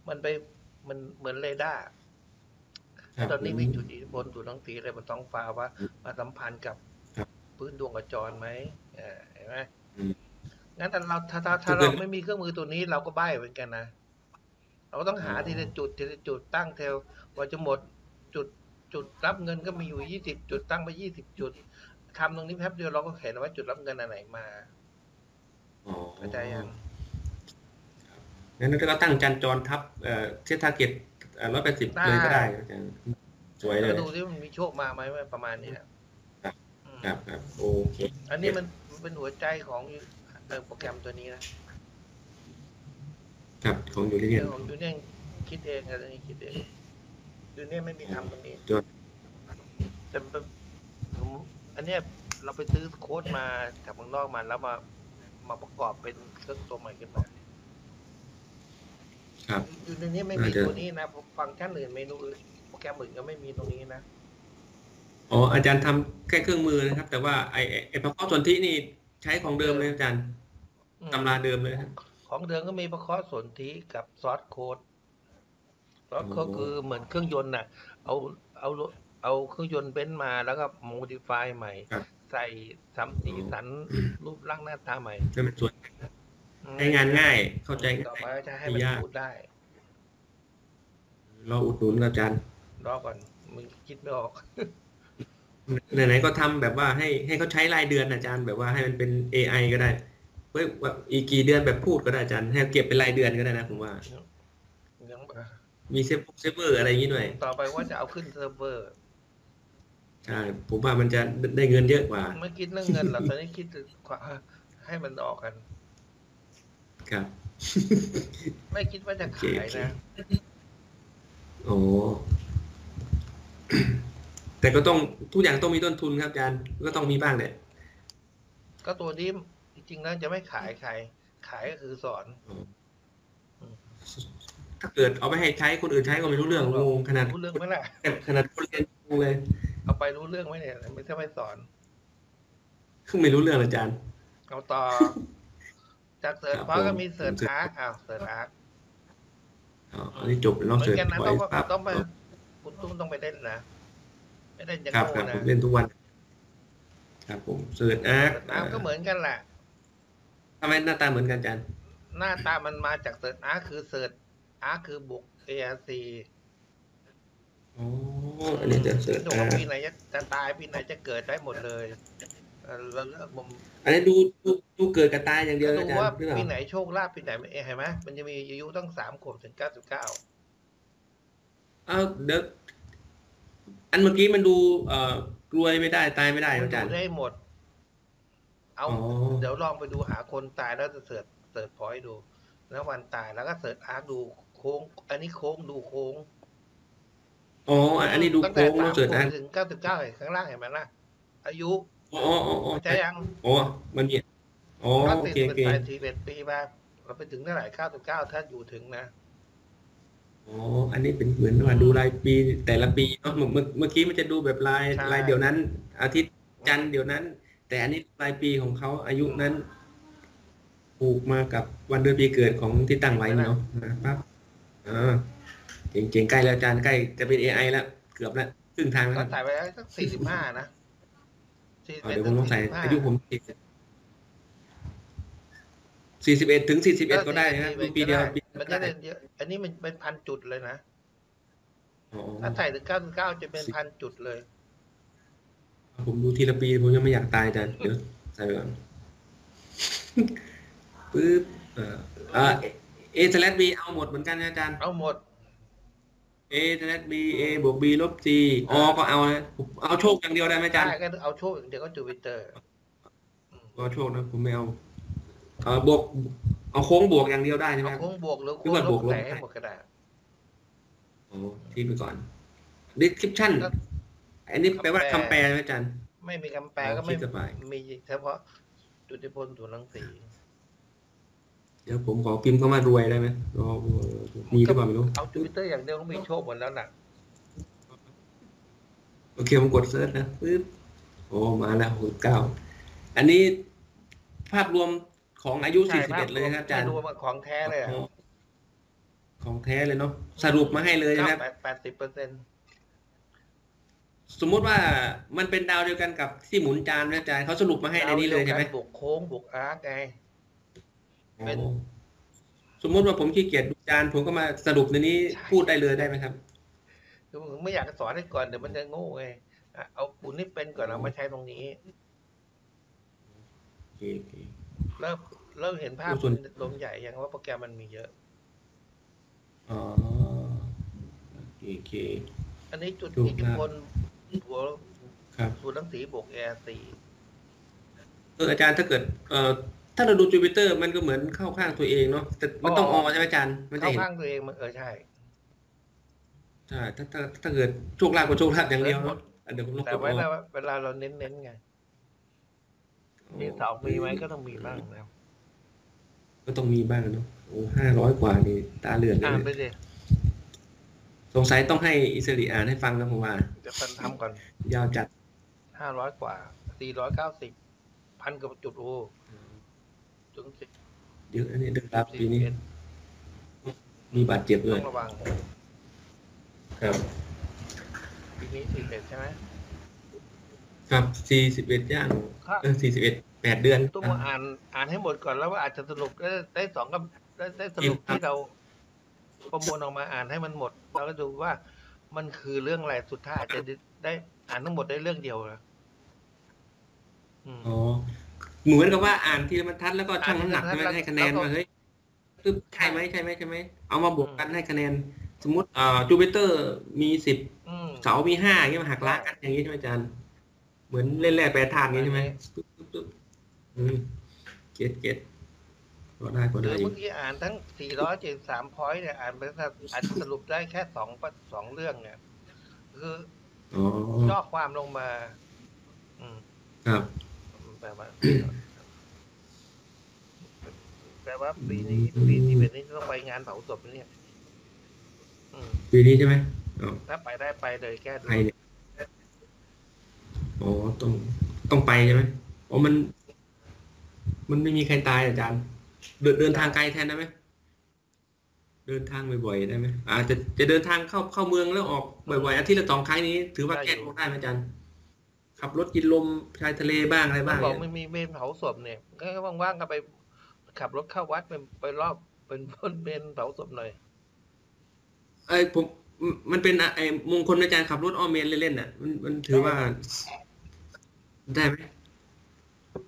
A: มันไปมันเหมือนเรดาร์
B: ครับ
A: ตอนนี้
B: ผม
A: มีจุดอิทธิพลจุดทั้งตีอะไรบนท้องฟ้าว่ามาสัมพันธ์กับ
B: ครับ
A: พื้นดวงกระจรไหมเออเห็นไหม
B: อืม
A: งั้นถ้าเราถ้าถ้าถ้า
B: คือ
A: เราไม่มีเครื่องมือตัวนี้เราก็ใบ้เหมือนกันนะเราก็ต้องหา
B: อ๋อ
A: ทีละจุดทีละจุดตั้งแถวกว่าจะหมดจุดจุดรับเงินก็มีอยู่ยี่สิบจุดตั้งไปยี่สิบจุดทำตรงนี้แป๊บเดียวเราก็เห็นว่าจุดรับเงินอันไหนมา
B: อ๋อ
A: เข้าใจยัง
B: งั้นก็ตั้งจันจรทับเอ่อเทสทาเกตร้อยแปดสิบ
A: ได้
B: เลยก็ได้อาจารย์สวยเลย
A: ก็ดูที่มันมีโชคมาไหมว่าประมาณนี้นะครับ อืม
B: ครับครับโอเค
A: อันนี้มันมันเป็นหัวใจของเอ่อโปรแกรมตัวนี้นะครับ
B: ของอยู่ที่เนี่
A: เรื่อ
B: ย
A: งของยูเนี่ยนคิดเองนะอันนี้คิดเองยูเนี่ยนไม่มีทำตรงนี้
B: จด
A: แต่เป็นผมอันเนี้ยเราไปซื้อโค้ดมาจากเมืองนอกมาแล้วมามาประกอบเป็นเครื่องตัวใหม่ขึ้นมา
B: ครับ
A: อยู่ในนี้ไม่มี
B: น่าจะ
A: ตัวนี้นะฟังก์ชันอื่นเมนูอื่นโปรแกรมอื่นก็ไม่มีตรงนี้นะ
B: อ๋ออาจารย์ทำแค่เครื่องมือนะครับ แต่ว่าไอไอ้ไอประกอบส่วนที่นี่ใช้ของเดิมเลยอาจารย์
A: อืม
B: ตำราเดิมเลยครับ
A: ของเดิมก็มีประเคอสนธิกับซอสโค้ดซอสโค้ด
B: อืม
A: คือเหมือนเครื่องยนต์น่ะ เอาเอาเอาเครื่องยนต์เบนซ์มาแล้วก็โมดิฟายใหม่ ใส่สามสีสันรูปร่างหน้าตาใหม่
B: ให้มันสวยใช้งานง่าย เข้าใจ
A: ต่อ
B: ง่าย
A: ไปก็จะให้มัน
B: ไม่ยาก
A: พูดได้
B: เราอุดหนุนกับอาจารย์
A: รอก่อนมึงคิดไม่ออก
B: ไหนๆก็ทำแบบว่าให้ให้เขาใช้รายเดือนอาจารย์แบบว่าให้มันเป็น AI ก็ได้เว้ยว่าอีกกี่เดือนแบบพูดก็ได้อาจารย์ให้เก็บเป็นรายเดือนก็ได้นะผมว่า
A: ยัง
B: มีเซฟเซฟเวอร์อะไรอย่างนี้ ด้วย
A: ต่อไปว่าจะเอาขึ้นเซิร์ฟเวอร์
B: ใช่ผมว่ามันจะได้เงินเยอะกว่า
A: ไม่คิดเรื่องเงินหรอกตอนนี้คิดถึงความให้มันออกกัน
B: ครับ
A: ไม่คิดว่าจะขายนะ
B: โอ้ แต่ก็ต้องทุกอย่างต้องมีต้นทุนครับอาจารย์ก็ต้องมีบ้างแหละ
A: ก็ตัวนี้จริงๆแล้วจะไม่ขายใคร ขายก็คือสอน
B: ถ้าเกิดเอาไปให้ใช้คนอื่นใช้ก็ไม่รู้เรื่องงงขนาด
A: รู้เรื่องไหมล่ะ
B: ขนาดคนเรียนงงเลย
A: เอาไปรู้เรื่องไหมเนี่ย ไม่ใช่ไม่สอน
B: ไม่รู้เรื่องอาจารย์
A: เอาต่อ จากเสิร์ช
B: ครับ
A: พอก็
B: ผม
A: มีเสิร์ชอาร์คอ้าวเสิร์ชอาร์ค
B: อ๋ออันนี้จบแล้วเน
A: เห
B: อก
A: มือน
B: เสิร์ช
A: กันนะ
B: ถอ
A: ต้
B: ย
A: อง
B: ปั๊บ
A: ต้องไปคุณตุ้มต้องไปเล่นนะไม่เล่นยัง
B: ครับ
A: โง่
B: ครับผ
A: นะ
B: มเล่นทุกวัน ครับผมเสิร์ชอาร์ค
A: เสิร์ชอาร์คก็เหมือนกันแหละ
B: ทำไมหน้าตาเหมือนกันอาจารย์
A: หน้าตามันมาจากเสิร์ชอาร์คคือเสิร์ชอาร์คคือบวก ARC
B: อ๋ออันนี้จะเสิร์ช
A: ดู
B: อา
A: ว่า
B: ร์ค
A: ปีไหนจะจะตายปีไหนจะเกิดได้หมดเลยเอ่อแล้วแล้วผม
B: อันนี้ดูดูดูเกิดกับตายอย่างเดียวนะ
A: ดู
B: อาจารย์
A: ว่า
B: หรือเปล่า
A: ปีไหนโชคลาภปีไหนไม่เอ๊ะเห็นไหมมันจะมีอายุตั้งสามขวบถึงเก้าสิบเก้า
B: เอ้าวเดี๋ยวอันเมื่อกี้มันดู เอ่อกลวยไม่ได้ตายไม่ได้นะอาจาร
A: ดู
B: ย์
A: ได้หมด เอา
B: อ๋อ
A: เดี๋ยวลองไปดูหาคนตายแล้วจะเสิร์ชเสิร์ชพอยต์ดู แล้ววันตายแล้วก็เสิร์ชอาร์คดูโค้ง อันนี้โค้งดูโค้ง
B: อ๋ออันนี้ดู
A: ตั้งแต่
B: โค้ง
A: สาม
B: เนาะ
A: ข
B: เสิร์ช
A: ว
B: อาร์
A: บ
B: ค
A: ถึงเก้าสิบเก้าข้างล่างเห็นไหมล่ะอายุ
B: อ๋ออ๋ออ๋ออ๋อ
A: ใช่ยัง
B: อ๋อมันมีอ๋อ
A: ก็
B: โอ
A: ติด
B: เคโอ
A: เป็น
B: เค
A: ไปสี่เอ็ดปีมาเราไปถึงเท่าไหร่เก้าสิบเก้าถ้าอยู่ถึงนะ
B: อ๋อ อันนี้เป็นเหมือนว่าดูรายปีแต่ละปีเนอะเมื่อเมื่อเมื่อกี้มันจะดูแบบราย
A: ใช่
B: รายเดี๋ยวนั้น อาทิตย์จันทร์เดี๋ยวนั้น แต่อันนี้รายปีของเขาอายุนั้นผูกมากับวันเดือนปีเกิดของที่ตั้งไว้เนาะนะปั๊บอ่าเจ๋งเจ๋งใกล้แล้วอาจารย์ใกล้จะเป็น AI แล้ว เกือบแล้วครึ่งทางแล้ว
A: ก็
B: ครับ
A: ถ่ายไปแล้วสักสี่สิบห้านะสี่
B: อ๋อ
A: เอ็ด
B: เดี๋ยวผ
A: ถึ
B: ม
A: ง
B: ต้องใส่
A: สี่สิบห้า
B: อายุผมสี่สิบเอ็ดถึงสี่สิบเอ็ดก็ได้นะปีเดียวปีเดียว
A: มัน
B: ก็
A: จะ
B: ได้
A: ได้เยอะอันนี้มันเป็นพันจุดเลยนะ
B: อ๋อ
A: ถ้าถ่ายถึงเก้าสิบเก้าจะเป็นพันจุดเลย
B: ผมดูทีละปีผมยังไม่อยากตายแต่เดี๋ยวใส่ไปก่อนปึ๊บเอ่อเอ่อเอสแลบีเอาหมดเหมือนกันนะอาจารย์
A: เอาหมด
B: เอสแลบีเอบวกบีลบจีออก็เอานะผมเอาโชคอย่างเดียวได้ไหมอาจารย์
A: ได้ก็เอาโชคอย่างเดียวก็จูปิเตอร์
B: เอาโชคนะผมไม่เอาเอาบวกเอาโค้งบวกอย่างเดียวได้ใช่ไหม
A: เอา
B: ครับ
A: โค้งบวกหรือ
B: หรื
A: โค้ง
B: อว่า
A: ล
B: บว
A: บ
B: กลบ
A: แต่ให้หมดก็ได้
B: โอ้ที่ไปก่อน description
A: ครับ
B: อันนี้แปลว่า
A: คำ
B: คำ
A: แป
B: แป
A: ล
B: ลใช่ไหมอาจารย์
A: ไม่มีคำแปลก็ไม่
B: คิดสบาย
A: มีเฉพาะจุติพลส่วนรังสี
B: เดี๋ยวผมขอพิมพ์เข้ามารวยได้ไหมรอมีหรือเปล่าไม่รู้
A: เอาจูปิเตอร์อย่างเดียวก็มีโชคหมดแล้วน่ะ
B: โอเคผมกดเซิร์ชนะปึ๊บโอ้มาแล้วหกเก้าอันนี้ภาพรวมของอายุ
A: ใช่
B: 41 เลยนะครับอาจารย์
A: ไม่รู้ว่าของแท้เลยอะ
B: ของของแท้เลยเนาะสรุปมาให้เลยนะครับ
A: แปดสิบเปอร์เซ็นต์
B: สมมติว่ามันเป็นดาวเดียวกันกับที่หมุนจานนะอาจารย์เขาสรุปมาให้ในนี้เลยใช่ไหม
A: บวกโค้งบวกอาร์คไง เป็น
B: โอ้สมมติว่าผมขี้เกียจดูจาน ผมก็มาสรุปในนี้พูดได้เลยได้ไหมครับ
A: คือผมไม่อยากสอนให้ก่อนเดี๋ยวมันจะโง่ไงอ่ะเอาปุ่นนี่เป็นก่อนเอามาใช้ตรงนี้
B: โอเคโอเค
A: เริ่มเริ่มเห็นภาพ
B: ส่วน
A: ลมใหญ่ยังว่าโปรแกรมมันมีเยอะ
B: อ๋อโอเคโอเค
A: อันนี้จุด
B: ถูก
A: อิทธิ
B: ครับ
A: พลหัว
B: ครับ
A: ส่วนรังสีบวกแอร์สี
B: เอออาจารย์ถ้าเกิดเอ่อถ้าเราดูจูปิเตอร์มันก็เหมือนเข้าข้างตัวเองเนาะแต่มันต้องออใช่ไหมอาจารย์ มันจะ
A: เข้า
B: เห็น
A: ข้างตัวเองมันเออใช่
B: ใช่ถ้าถ้าถ้าเกิดโชคลาภก็โชคลาภอย่างเดียวเนาะอ่ะเดี๋ยวผมลอง
A: แต่
B: กด
A: ไว้
B: ออ
A: เวลาเราเน้นๆไงมีสองมีไหมก็ต้องมีบ้างนะ
B: ก็ต้องมีบ้างเนาะโอ้ห้าร้อยกว่านี่ตาเหลือนเล
A: อ่านไป
B: ย
A: ดิ
B: สงสัยต้องให้อิสริอ่านให้ฟังแล้วผมว่า
A: เดี๋ยวกันทำก่อน
B: ยาวจัด
A: ห้าร้อยกว่า สี่ร้อยเก้าสิบ พันกว่าจุดโอถึงสิบ
B: เดี๋ยวอันนี้เดือนรับ
A: สี่
B: ปีนี้
A: เอ็ด
B: มีบาดเจ็บเล
A: ต้อย งระวัง
B: ครับ
A: ปีนี้สี่เอ็ดใช่ไหม
B: ครับสี่สิบเอ็ดย่าง
A: ครับ
B: เออสี่สิบเอ็ดแปดเดือน
A: ตุ้มมาอ่าน อ่านให้หมดก่อนแล้วว่าอาจจะสรุปได้ได้สองกับได้ได้สรุปที่เราประมวลออกมาอ่านให้มันหมด แล้วก็ดูว่ามันคือเรื่องอะไรสุดท้ายอาจจะได้ได้อ่านทั้งหมดได้เรื่องเดียวนะอืม
B: อ๋อเหมือนกับว่าอ่านทีละบรรทัดแล้วก็ชั่งน้ำหนัก
A: อ่านทีละ
B: ใช่ไหม
A: บรรทัด
B: ให้คะแนน
A: แล้วก็
B: ว่าเฮ้ย ปึ๊บใช่ไหมใช่ไหมใช่ไหมเอามาบวกกันให้คะแนน สมมติเอ่อจูปิเตอร์มีสิบ
A: อืม
B: เสามีห้าอย่างเงี้ยมาหักล้างกันอย่างงี้ใช่ไหมอาจารย์ เหมือนเล่นแร่แปรธาตุอย่างงี้ใช่ไหมปึ๊บปึ๊บปึ๊บอืมเก็ตเก็ตก็ได้ก็
A: หรื
B: ได้
A: อ
B: อยู่
A: เมื่อกี้อ่านทั้ง 473 พอยต์เนี่ยอ่านไปสักอาจจะสรุปได้แค่สองประสองเรื่องเนี่ย คือ
B: อ๋อย่
A: อความลงมา อืม
B: ครับ
A: แปลว่า แปลว่าปีนี้ปีที่เป็นนี้ต้องไปงานเผาศพเนี่ย อืม
B: ปีนี้ใช่ไหมอ๋อ
A: ถ้าไปได้ไปเลยแก้ดู
B: ไปเนี่ยอ๋อต้องต้องไปใช่ไหม อ๋อมัน มันไม่มีใครตายอาจารย์ เดินเดินทางไกลแทนได้ไหมเดินทางบ่อยๆได้ไหมอาจจะจะเดินทางเข้าเข้าเมืองแล้วออกบ่อยๆอาทิตย์ละสองครั้งนี้ ถือว่า
A: ได้อยู่
B: แก้โรคได้ไหมอาจารย์ ขับรถกินลมชายทะเลบ้างอะไร
A: มั
B: บ้าน ง
A: บอก
B: เนี่ย
A: มันมีเมนเผาศพเนี่ยก็ว่างๆก็ไป ขับรถเข้าวัดไปไปรอบเป็นนเมนเผาศพหน่อย
B: เอ้ยผมมมันเป็นอะไอ้มงคลอาจารย์ขับรถอ้อมเมนเล่นๆน่ะ มันมันถือว่า ได้ไหม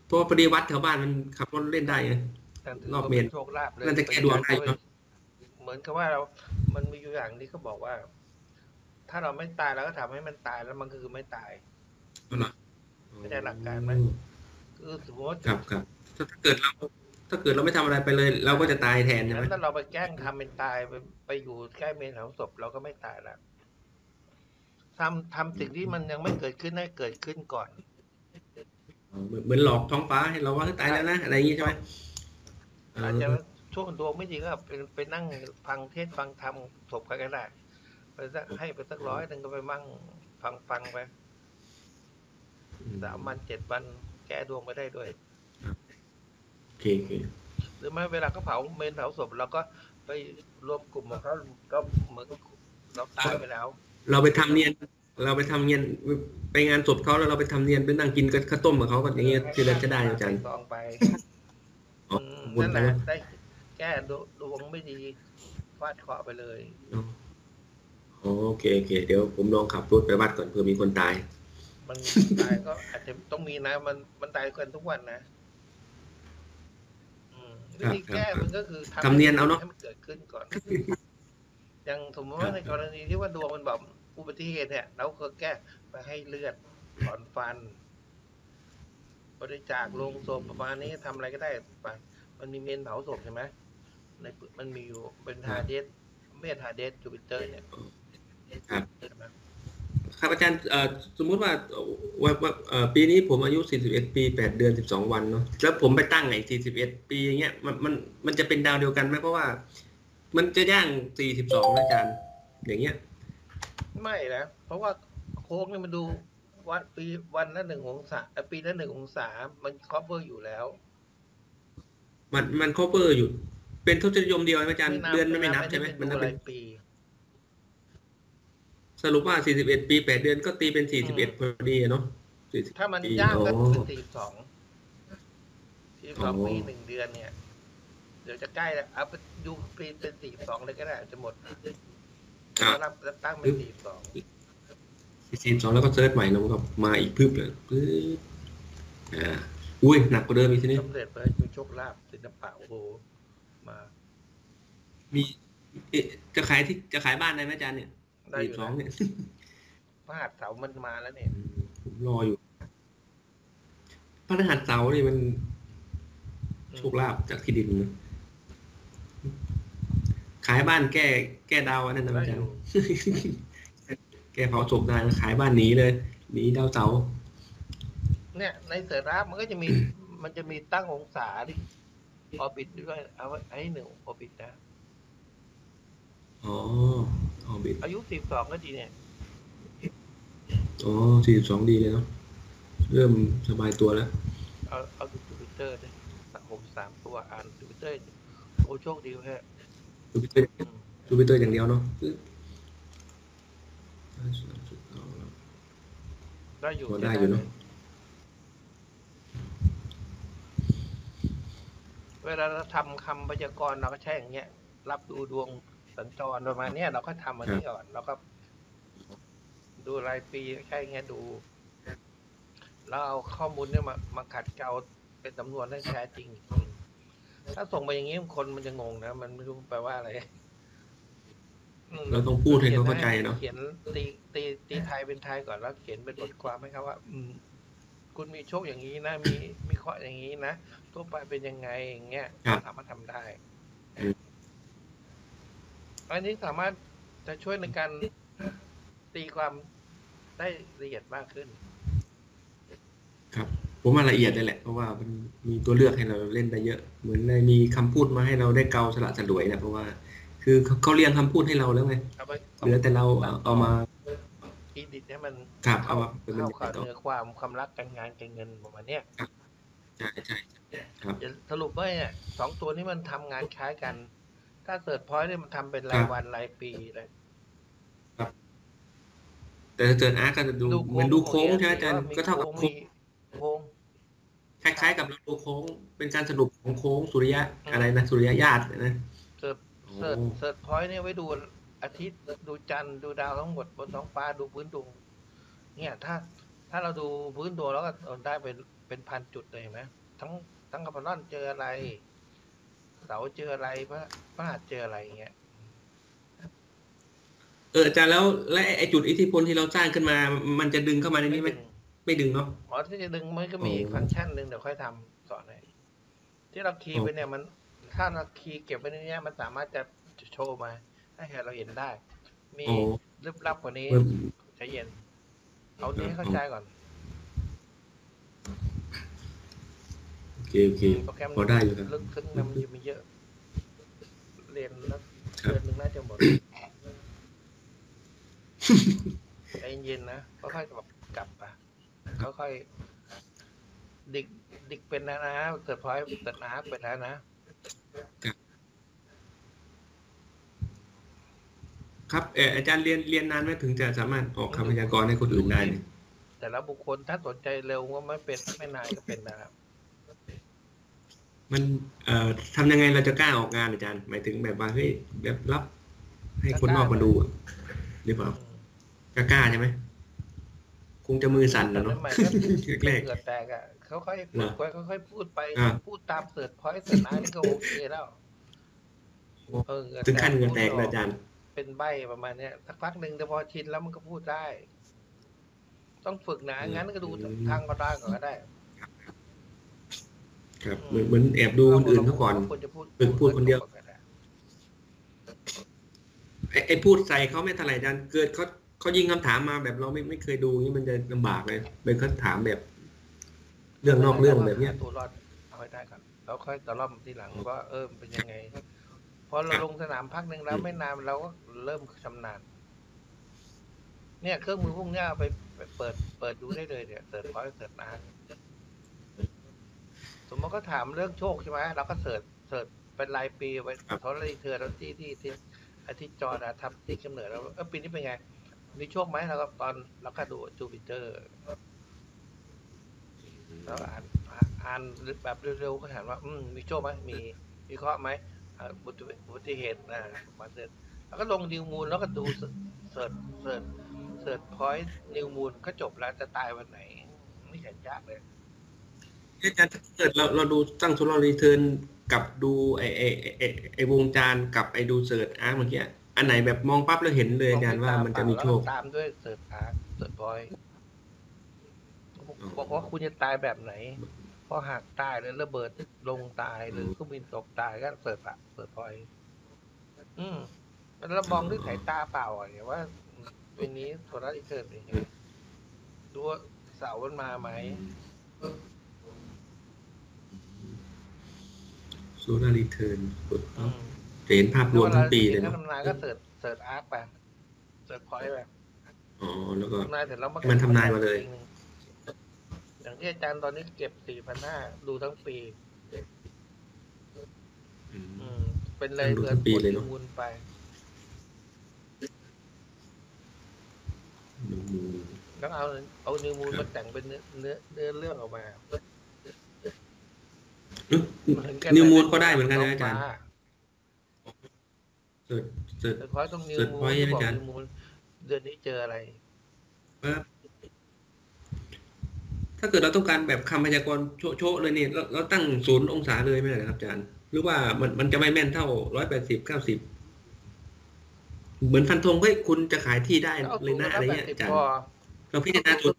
B: เพราะว่าพอดีวัดแถวบ้านมันขับรถเล่นได้ไง
A: การถื
B: รอบ
A: ว่า
B: เมน
A: ป็โชคลาภเลย
B: นั่นจะแก้ดวงได้เนอะ
A: เหมือนกับว่าเรา มันมีอยู่อย่างนี้เขาบอกว่า ถ้าเราไม่ตายเราก็ทำให้มันตายแล้วมันคือไม่ตาย
B: เอาล่ะ
A: ไม่ได้หลักการไหม คือสมมติว่า
B: ครับครับถ้าถ้าเกิดเราถ้าเกิดเราไม่ทำอะไรไปเลย เราก็จะตายแทนใช่ไหม
A: งั้นถ้าเราไปแกล้งทำเป็นตายไปไปอยู่ใกล้เมนเผาศพเราก็ไม่ตายละทำทำสิ่งที่มันยังไม่เกิดขึ้นให้เกิดขึ้นก่อน
B: เหมือนเหมือนหลอกท้องฟ้าให้เราว่าเฮ้ยตายแล้วนะอะไรอย่างงี้ใช่ไหมเอ
A: อา
B: อ
A: จจะช่วงดวงไม่ดีก็เป็นไปนั่งฟังเทศน์ฟังธรรมศพกันก็ได้ไปสักให้ไปสักร้อยหนึ่งก็ไปมั่งฟังฟังไปสามวันเจ็ดวันแก้ดวงไปได้ด้วย
B: โอเคโอเค
A: หรือไม่เวลาเขาเผาเมนเผาศพเราก็ไปรวมกลุ่มของเขาก็เหมือนกับเราตายไปแล้ว
B: เราไปทำเนียน เราไปทำเนียนไปงานศพเขาแล้วเราไปทำเนียนไปนั่งกินกับข้าวต้มกับเขาก็อย่างเงี้ยคือเราจะได้อาจารย์
A: ซองไป
B: อ๋อ
A: ม
B: บุญ
A: นั่นแหละ
B: ไปแล้ว
A: ได้แก้ดวดวงไม่ดีฟาดเคราะห์ไปเลย
B: อ๋อโอเคโอเค เดี๋ยวผมลองขับรถไปวัดก่อนเผื่อมีคนตาย
A: มันตายก็อาจจะต้องมีนะ มันมันตายกันทุกวันนะอืมวิธีแก้
B: ครับ
A: มันก็คือให้
B: ทำเนียนเอาเนอะ
A: ให้มันเกิดขึ้นก่อน อย่างสมมติว่าในกรณีที่ว่าดวงมันแบบอุบัติเหตุเนี่ย เราก็แก้ไปให้เลือดถอนฟัน บริจาคโลงศพประมาณนี้ทำอะไรก็ได้ไป มันมีเมนเผาศพใช่ไหมในปึกมันมีอยู่เป็นฮาเดสเมนฮาเดสจูปิเตอร์เนี่ย
B: ครับ
A: ใช่ไหม
B: ครับอาจารย์เอ่อสมมุติว่าเอ่อว่าว่าเอ่อปีนี้ผมอายุ 41 ปี 8 เดือน 12 วันเนาะแล้วผมไปตั้งไอ้41 ปีอย่างเงี้ยมันมันมันจะเป็นดาวเดียวกันไหมเพราะว่า มันจะย่าง 42นะอาจารย์ อย่างเงี้ย
A: ไม่นะเพราะว่าโค้งเนี่ยมันดูวันปีวันละหนึ่งองศาเอ่อปีละหนึ่งองศามันครอบเวอร์อยู่แล้ว
B: มันมันครอบเปอร์อยู่ เป็นทศนิยมเดียวไหมอาจารย์เดือนมันไม่นับ
A: ด้
B: ใช่ไหม
A: เป็
B: มันนับ
A: ดู
B: เป็
A: ราน ยปี
B: สรุปว่า 41 ปี 8 เดือนก็ตีเป็น 41พอดีอะเนาะ40
A: ถ้ามัน
B: ปี
A: ยากก็
B: อ๋
A: คือ
B: อ
A: สี่สองสี่สอง
B: อ๋อ
A: ปีหนึ่งเดือนเนี่ย เดี๋ยวจะใกล้แล้วเอาไปดูปีเป็นสี่สองเลยก็ได้จะหมด
B: อ่ะ
A: รับตั้งเป็นสี่สอง
B: 42 แล้วก็เซิร์ชใหม่แล้วมันก็มาอีกพึบเลยปึ๊บอ่าอุ้ยหนักกว่าเดิมอีกทีนี้
A: สำเร็จไปให้มีโชคลาภศิลปะโอ้โหมา
B: มีเอ๊ะจะขายที่จะขายบ้านได้ไหมอาจารย์เนี่ย
A: ได้อยู่
B: สอง
A: นะ
B: เนี่ย
A: พระหัตถ์เสามันมาแล้วเนี่ย
B: ผมรออยู่พระรหัสเสาร์นี่มันโชคลาภจากที่ดินนะขายบ้านแก้แก้ดาวอันนั้นนะ
A: ได้
B: อาจา
A: อ
B: รย์
A: ยู่
B: แก้เผาศพได้นะขายบ้านหนีเลยหนีดาวเสาร์
A: เนี่ย ในเสือราบมันก็จะมี มันจะมีตั้งองศาดิออบิทด้วยเอาไว้ให้หนึ่งออบิทนะ
B: อ๋อออบิท
A: อายุสิบสองก็ดีเนี่ย
B: อ๋อสี่สองดีเลยเนาะเริ่มสบายตัวแล้ว
A: เอาเอาดูจูปิเตอร์ดิผมสามตัวอ่านจูปิเตอร์โอ้โชคดีแฮะ
B: ดูพิเตอร์
A: อืม
B: ดูพิเตอร์อย่างเดียวเนาะ
A: ได้อยู่
B: พอได้อยู่เนาะ
A: เวลาเราทำคำพยากรณ์เราก็ใช้อย่างเงี้ย รับดูดวงสัญจรประมาณเนี้ยเราก็ทำอันนี้ก่อนเราก็ ดูรายปีใช่เงี้ยดูแล้วเอาข้อมูลเนี่ยมามาขัดเกลาเป็นสำนวนให้แท้จริง ถ้าส่งไปอย่างนี้คนมันจะงงนะมันไม่รู้แปลว่าอะไรม
B: เราต้องพูดให้เขาเข้าใจเนาะ
A: เขียนตีตีตีไทยเป็นไทยก่อนแล้วเขียนเป็นบทความให้เขาว่า อืม คุณมีโชคอย่างนี้นะ มีมีเคราะห์อย่างนี้นะทั่วไปเป็นยังไงอย่างเงี้ย
B: ครับ
A: สามารถทำได้อันนี้สามารถจะช่วยในการตีความได้ละเอียดมากขึ้น
B: ครับผมว่าละเอียดเลยแหละ เพราะว่ามันมีตัวเลือกให้เราเล่นได้เยอะ เหมือนได้มีคำพูดมาให้เราได้เกาสละสลวยนะเพราะว่า คือเขาเขาเรียงคำพูดให้เราแล้วไง
A: เอาไป
B: เหลือแต่เราเอาเอามา
A: อีดิทให้มัน
B: ครับเอา
A: เข้า
B: มาเป็นบรร
A: เข้าย
B: า
A: กับ
B: กาศต่อ
A: เนื้อความความรักการงานการเงินประมาณเนี้ย
B: ครับ ใช่ใช่ครับ
A: เดี๋ยวสรุปว่าเนี่ยสองตัวนี้มันทำงานคล้ายกัน ถ้าเสิร์ชพอยต์เนี่ยมันทำเป็นรายวันรายปีเลย
B: แต่ถ้าเกิดอาร์ตก็จะดู
A: ดู
B: เห
A: โค้ง
B: มือนดูโค้งใช่ไหมอาจารย์
A: ว่มี
B: ก็เท่ากับ
A: โค้ง
B: โค้ง
A: มีโค้ง
B: คล้ายๆ กับเราดูโค้ง เป็นการสรุปของโค้งสุริยะ
A: อืม
B: อะไรนะสุริยะญาตินะ
A: เสิร์ช
B: โอ้
A: เสิร์ชเสิร์ชพอยต์เนี่ยไว้ดูอาทิตย์ดูจันทร์ดูดาวทั้งหมดบนท้องฟ้าดูพื้นดวงเนี่ยถ้าถ้าเราดูพื้นดวงแล้วก็เอาได้เป็นเป็นพันจุดเลยเห็นไหมทั้งทั้งกัปนอนเจออะไร เสาร์เจออะไรพระพระหัสเจออะไรอย่างเงี้ย
B: เอออาจารย์แล้วและไอจุดอิทธิพลที่เราสร้างขึ้นมา มันจะดึงเข้ามาในนี้ไหมไม่ดึงเนาะ
A: อ๋อที่จะดึงมันก็มี
B: โอ้
A: ฟังก์ชันหนึ่งเดี๋ยวค่อยทำสอนให้ที่เราคีย์ไปเนี่ยมัน ถ้าเราคีย์เก็บไว้ในเนี้ยมันสามารถจะโชว์มา ให้เห็นเราเห็นได้ มี
B: โอ้
A: ลึกลับกว่านี้
B: เออ
A: ใจเย็น เอานี้ให้เข้าใจก่อน
B: โอเคโอเค
A: โปรแกรม
B: พอได้อยู่ครับ
A: ลึกซึ้งนะมันจะมีเยอะ เรียนแล้วเดือนหนึ่งน่าจะหมดใจเย็นๆนะค่อยๆกลับกลับไปค่อยๆดิกดิกเป็นแล้วนะเกิดพอยเกิดนาเป็นแล้วนะ
B: ครับเอออาจารย์เรียนเรียนนานไหมถึงจะสามารถออกคำพยากรณ์ให้คนอื่นได้เนี่ย
A: แต่ละบุคคลถ้าสนใจเร็วก็ไม่เป็นไม่นานก็เป็นนะครับ
B: มันเอ่อทำยังไงเราจะกล้าออกงานอาจารย์ หมายถึงแบบว่าเฮ้ยแบบรับ ให้คนนอกมาดูอะหรือเปล่ากล้าๆใช่ไหมคงจะมือสั่น
A: แต่
B: นะเนาะ
A: ใหม่ๆก็
B: แรก
A: เกิดแตกอ่ะเขาค่อย
B: เหรอ
A: ค่อยค่อยๆพูดไป
B: อ่า
A: พูดตามเสิร์ชพอยต์เสิร์ชนานี่ก็โอเคแล้ว
B: โอ้
A: เออเหงื่อ
B: ๆถึงขั้นเงินแตก
A: พูดอ
B: นะ
A: อ
B: อาจารย์
A: เป็นใบประมาณเนี้ยสักพักหนึ่งแต่พอชินแล้วมันก็พูดได้ ต้องฝึกนะงั้นก็ดูทางก็ได้ก่อนก็ได้
B: ครับเหมือนเหมือนแอบดูคนอื่นเขาก่อน
A: ควรจะพูด
B: ฝึกพูดคนเดียว
A: ก็ไ
B: ไอ้ไอ้พูดใส่เขาไม่เท่าไหร่อาจารย์เกิดเขาเขายิงคำถามมาแบบเราไม่ไม่เคยดูอย่างนี่มันจะลำบากเลยเป็นเขาถามแบบ เรื่องนอกเรื่องแบบเนี้ย
A: าตัวรอดเอาให้ได้ก่อนแล้วค่อยตะล่อมทีหลังว่าเออมันเป็นยังไงพอเราลงสนามพักหนึ่งแล้ว
B: อืม
A: ไม่นานเราก็เริ่มชำนาญเนี่ย เครื่องมือพวกเนี้ยเอาไปไปเปิดเปิดดูได้เลยเนี่ยเสิร์ชพอยเสิร์ชนาสมมติก็ถามเรื่องโชคใช่ไหมเราก็เสิร์ชเสิร์ชเป็นรายปีไปทอร์เรเทอร์แล้วที่ที่ที่อาทิตย์จอนะทำที่กำเนิดแล้วเออปีนี้เป็นไง มีโชคไหมเราก็ตอนเราก็ดูจูปิเตอร์ แล้วอ่านอ่านอ่านแบบเร็วๆก็ถามว่า อืมมีโชคไหมมีมีเคราะห์ไหมอ่าอุบัติอุบัติเหตุนะมาเสร็จแล้วก็ลงนิวมูลแล้วก็ดูเสิร์ชเสิร์ชเสิร์ชพอยต์นิวมูลก็จบแล้วจะตายวันไหน ไม่เห็นยากเลย
B: อาจารย์ถ้าเกิดเราเราดูตั้งโซลารีเทิร์นกับดูไอไอไอ้ไอไอวงจานกับไอดูเสิร์ชอาร์ตเมื่อกี้อันไหนแบบมองปั๊บแล้วเห็นเลยอาจารย์ว่ามันจะมีโชค
A: ตามด้วยเสิร์ชหาเสิร์ชพอยต์บอกว่าคุณจะตายแบบไหน พอหากตายหรือระเบิดลงตายหรือเครื่องบินตกตายก็เสิร์ชอะเสิร์ชพอยต์อืมแล้วเรามองด้วยสายตาเปล่าอ่ะอย่างว่าวันนี้โทรทัศน์อีกเกิดอย่างเงี้ยดูว่าเสามันมาไหม
B: โซลารีเทิร์นกด
A: อื
B: ปั๊บ
A: ม
B: จะเห็นภาพรวมทั้งปีเลย
A: แว
B: เนาะ
A: วาราจะขีนคำทำนายก็เสิร์ชเสิร์ชอาร์คไปเสิร์ชพอยต์ไป
B: อ๋อแล้วก็
A: ทำนายเสร็จแล้วา
B: มันทำนายมาเลย
A: อย่างที่อาจารย์ตอนนี้เก็บสี่พันห้าดูทั้งปี
B: อืม
A: อืมเป็นเลย
B: ดู
A: เดือ
B: ทั้
A: น
B: งปีเลยเนอะ
A: มูลไป
B: ดูดู
A: แล้วเอาเอานิวมูลมาแต่งเป็นเนื้อเนื้อเนื้อเรื่องออกมา
B: เอ๊ะ
A: มัถึง
B: นิวมูลก็ได้เหมือนกันนะอาจารย์เสิร์ชเสิร์ช
A: เสิร์ชพอยต์ตรงนิว
B: เสิร์ช
A: มูล
B: พอยต์
A: ที่บอก
B: อาจารย์
A: นิวมูลเดือนนี้เจออะไร
B: ปั๊บถ้าเกิดเราต้องการแบบคำพยากรณ์โชะๆเลยเนี่ยเราเราตั้งศูนย์องศาเลยไม่ได้เหรอครับอาจารย์ หรือว่ามันมันจะไม่แม่นเท่าร้อยแปดสิบเก้าสิบเหมือนฟันธงเฮ้ยคุณจะขายที่ได้
A: เอา
B: เลยนะอะไรเงี้ย
A: ติด
B: อาจาร
A: พ
B: ย์
A: อ
B: เราพิจารณาศูนย์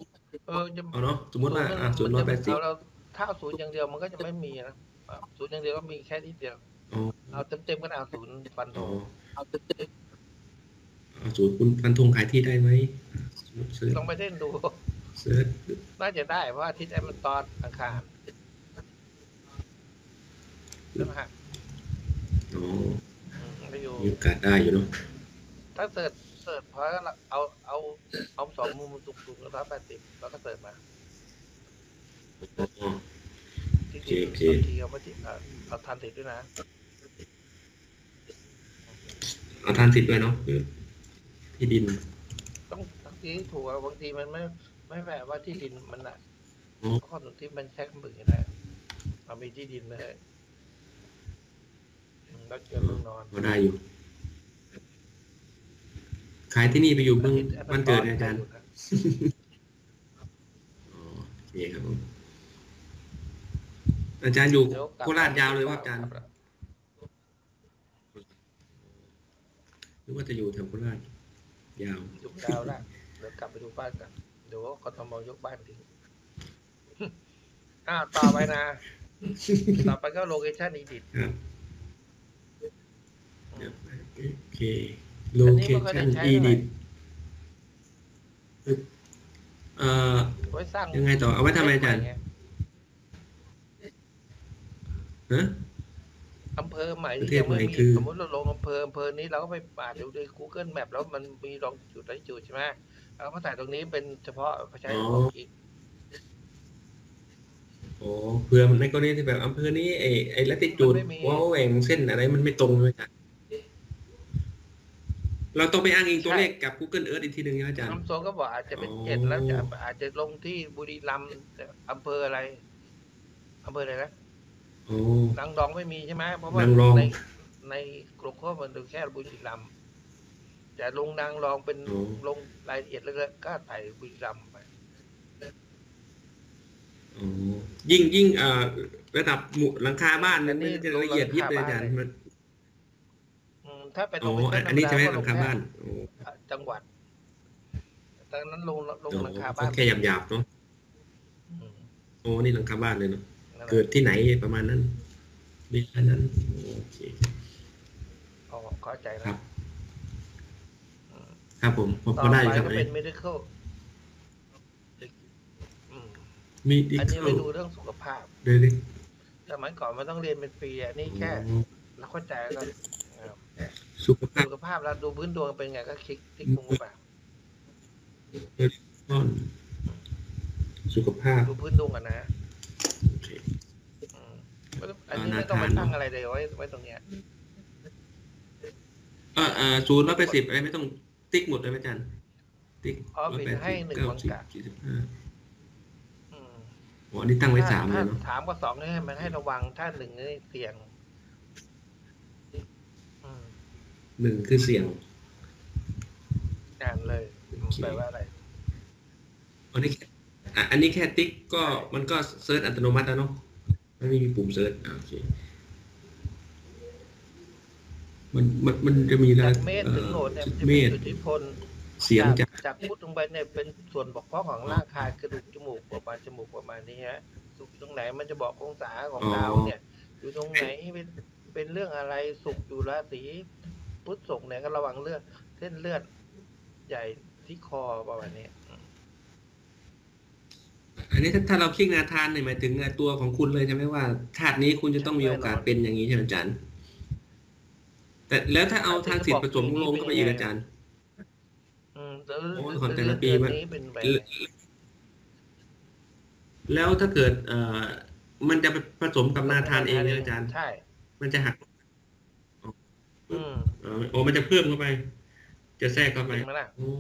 A: เออจะ
B: เอาเนาะสมมติว่าอ่ะศูนย์ร้อยแปดสิบ
A: เราถ้าเอาศูนย์อย่างเดียวมันก็จะไม่มีนะอ่ะศูนย์อย่างเดียวก็มีแค่นิดเดียว
B: อ๋อ
A: เอาเต็มๆก็เอาศูนย์ฟันธ
B: อ๋อง
A: เอาเต็ม
B: เอาศูนย์คุณฟันธงขายที่ได้ไหมเสิร์ช
A: ๆลองไปเล่นดู
B: เสิร์ช
A: น่าจะได้เพราะอาทิตย์แอมมันตอนอังคารแล้วฮะ
B: อ๋อ
A: อืมไปอยู่
B: มีโอกาสได้อยู่เนาะ
A: ถ้าเสิร์ชเสิร์ชพอยต์ก็เอาเอาเอาสองมุมสูงๆแล้วร้อยแปดสิบแล้วก็เสิร์ชมา ที่
B: โอเค
A: ที่
B: โอ
A: บา
B: เค
A: งทีเอามาติดเอาเอาทานติดด้วยนะ
B: เอาทานสิทธิ์ด้วยเนาะหรือที่ดิน
A: ต้องบางทีถูกอะบางทีมันไม่ไม่แปลว่าที่ดินมันอะข้อสุดที่มันแท็กหมื่นนะเอามีที่ดินเลยอืมแล้วเจอลูกนอน
B: ก็ได้อยู่ ขายที่นี่ไปอยู่เมืองบ้านเกิดเนี่ยอาจารย์อ๋อโอเคครับผมอาจารย์อยู่
A: เดี๋ยวกลับ
B: โคราชยาวเลยว่าอาจารย์
A: กลับละ
B: หรือว่าจะอยู่แถวโคราชยาว
A: อยู่ยาวละเดี๋ยวกลับไปดูบ้านกันเดี๋ยวกทมยกบ้าน ทิ้งอ้าวต่อไปนะ ต่อไปก็โลเคชั่นอีดิท
B: ครับโอเคโลเคชั่นอีดิทเอ่อ
A: ไว้สร้าง
B: ยังไงต่อ เอาไว้ทำอะไรอาจารย์ฮะ
A: อำเภอใหม่
B: ประเท
A: ที่
B: ศ
A: ยังไม่
B: ใหม่คื
A: มี
B: อ
A: สมมติเราลงอำเภออำเภอนี้เราก็ไปป่าดูใน Google Map แล้วมันมีลองจุดไหนจุดใช่ไหมแล้วก็ถ่ายตรงนี้เป็นเฉพาะใช้ของอีก
B: โอ้เผื่อในกรณีที่แบบอำเภอนี้ไอ้ไอ้ละติจูด
A: มันไม่มี
B: ว้าวแหว่งเส้นอะไรมันไม่ตรงเลยอาจารย์เราต้องไปอ้างอิงตัวเลขกับ Google Earth อีกทีหนึ่งนะอาจารย์
A: ลำโซก็บอกอาจจะเป็น
B: อ๋อ
A: เจ็ดแล้วจะอาจจะลงที่บุรีรัมย์อำเภออะไรอำเภออะไรนะ
B: โอ้
A: นางรองไม่มีใช่ไหมเพราะว่าน
B: างรอง
A: ในในกลุ่มข้อมันดูแค่บุรีรัมย์แต่ลงนางรองเป็น
B: อ๋อ
A: ลงรายละเอียดแล้วก็ก็ใส่บุรีรัมย์ไป
B: โอ้ยิ่งยิ่งเอ่อระดับหมู่หลังคาบ้านนั้นนี่จะละเอียดยิบเลยอาจารย์มัน
A: อืมถ้าเป็นล
B: อ๋อง
A: เป็
B: อันนี้ใช่ไหม
A: ก็
B: ห
A: ล
B: ลัง
A: ง
B: คาบ้าน
A: แ
B: โอ้
A: ค่จังหวัดดังนั้นลงลงหลังคา
B: อ๋
A: บ้า
B: อน แค่หยาบๆเนาะ
A: อืม
B: โอ้นี่หลังคาบ้านเลยเนาะ
A: นั่นแหละ
B: เกิดที่ไหนประมาณนั้นเวลานั้น โอเค
A: อ๋อเข้าใจ
B: ครั
A: นะ
B: บ ครับผมผม
A: ต่อไป
B: ก็ได้อยู่ครับ
A: ก็
B: อัน
A: เป็
B: นี้
A: นมิริเคิลอืม
B: มีดิ
A: อันนี้
B: เคิ
A: ไป
B: ล
A: ดูเรื่องสุขภาพ
B: เดี๋ยวดิ
A: สมัยก่อนมันต้องเรียนเป็นปีอ่ะนี่แค่
B: อ๋อ
A: เราเข้าใจแล้ว
B: สุขภาพ
A: สุขภาพเราดูพื้นดวงเป็นไงก็คลิกคลิกลงไป
B: ก่อน สุขภาพ
A: ดูพื้นดวงอ่ะนะ
B: โอเค
A: อืมไม่ต้องอันนี้ไม่ต้องไปตั้งอะไรเลยไว้ไว้ตรงเนี้ย
B: เออเออศูนย์ร้อยแปดสิบอะไรไม่ต้องติ๊กหมดเลยไหมอาจารย์ ติ๊ก
A: ออฟ
B: ร้อย
A: ฟิศ
B: แปด
A: ให้
B: สิบ
A: หนึ่ง
B: เก้า
A: วัง
B: สิบ
A: กะ
B: สี่สิบห้า
A: อืม
B: โอ้อันนี้ตั้งไว้สามเล
A: ถ้าย
B: เนาะ
A: สามกับสองเนี่ยมันให้ระวังถ้าหนึ่งนี่เสี่ยงอืม
B: หนึ่งคือเสี่ยง
A: อ่านเลย
B: โอเค
A: แปลว่าอะไร
B: อันนี้แค่อ่ะอันนี้แค่ติ๊กก็มันก็เซิร์ชอัตโนมัติแล้วเนาะมันไม่มีปุ่มเซิร์ชอ่ะโอเคมันมันมันจะมี
A: จาก
B: ว
A: เมษถึงโหนดเนี่ย
B: จุด
A: จะ
B: เม
A: มี
B: ษ
A: จุดที่พล
B: เสียงจาก
A: จากพุทลงไปเนี่ยเป็นส่วนบกพร่องของร่างกายกระดูกจมูกประมาณจมูกประมาณนี้ฮะสุขตรงไหนมันจะบอกองศาของ
B: อ๋อ
A: ดาวเนี่ย อยู่ตรงไหนเป็นเป็นเรื่องอะไรสุขอยู่ราศีพุธศุกร์เนี่ยก็ระวังเลือดเส้นเลือดใหญ่ที่คอประมาณนี้
B: อันนี้ถ้าถ้าเราคลิกนาทานเนี่ยหมายถึงตัวของคุณเลยใช่ไหมว่าธาตุนี้คุณจะต้องมีโอกาสเป็นอย่างนี้ใช่ไหมอาจารย์ แต่แล้วถ้าเอาทางสิทธิ์ผสมลงเข้าไปอีกอาจารย์
A: อืมแล้ว
B: โอ้ยของแต่ละปีมัน
A: เดือนี้เป็นไป
B: แล้วถ้าเกิด เอ่อมันจะไปผสมกับนาทานเองเนี่ยอาจารย์
A: ใช่
B: มันจะหัก
A: อืม
B: เอ่อโอ้มันจะเพิ่มเข้าไป จะแทรกเข้าไป
A: จริงไหมล่ะ
B: โอ้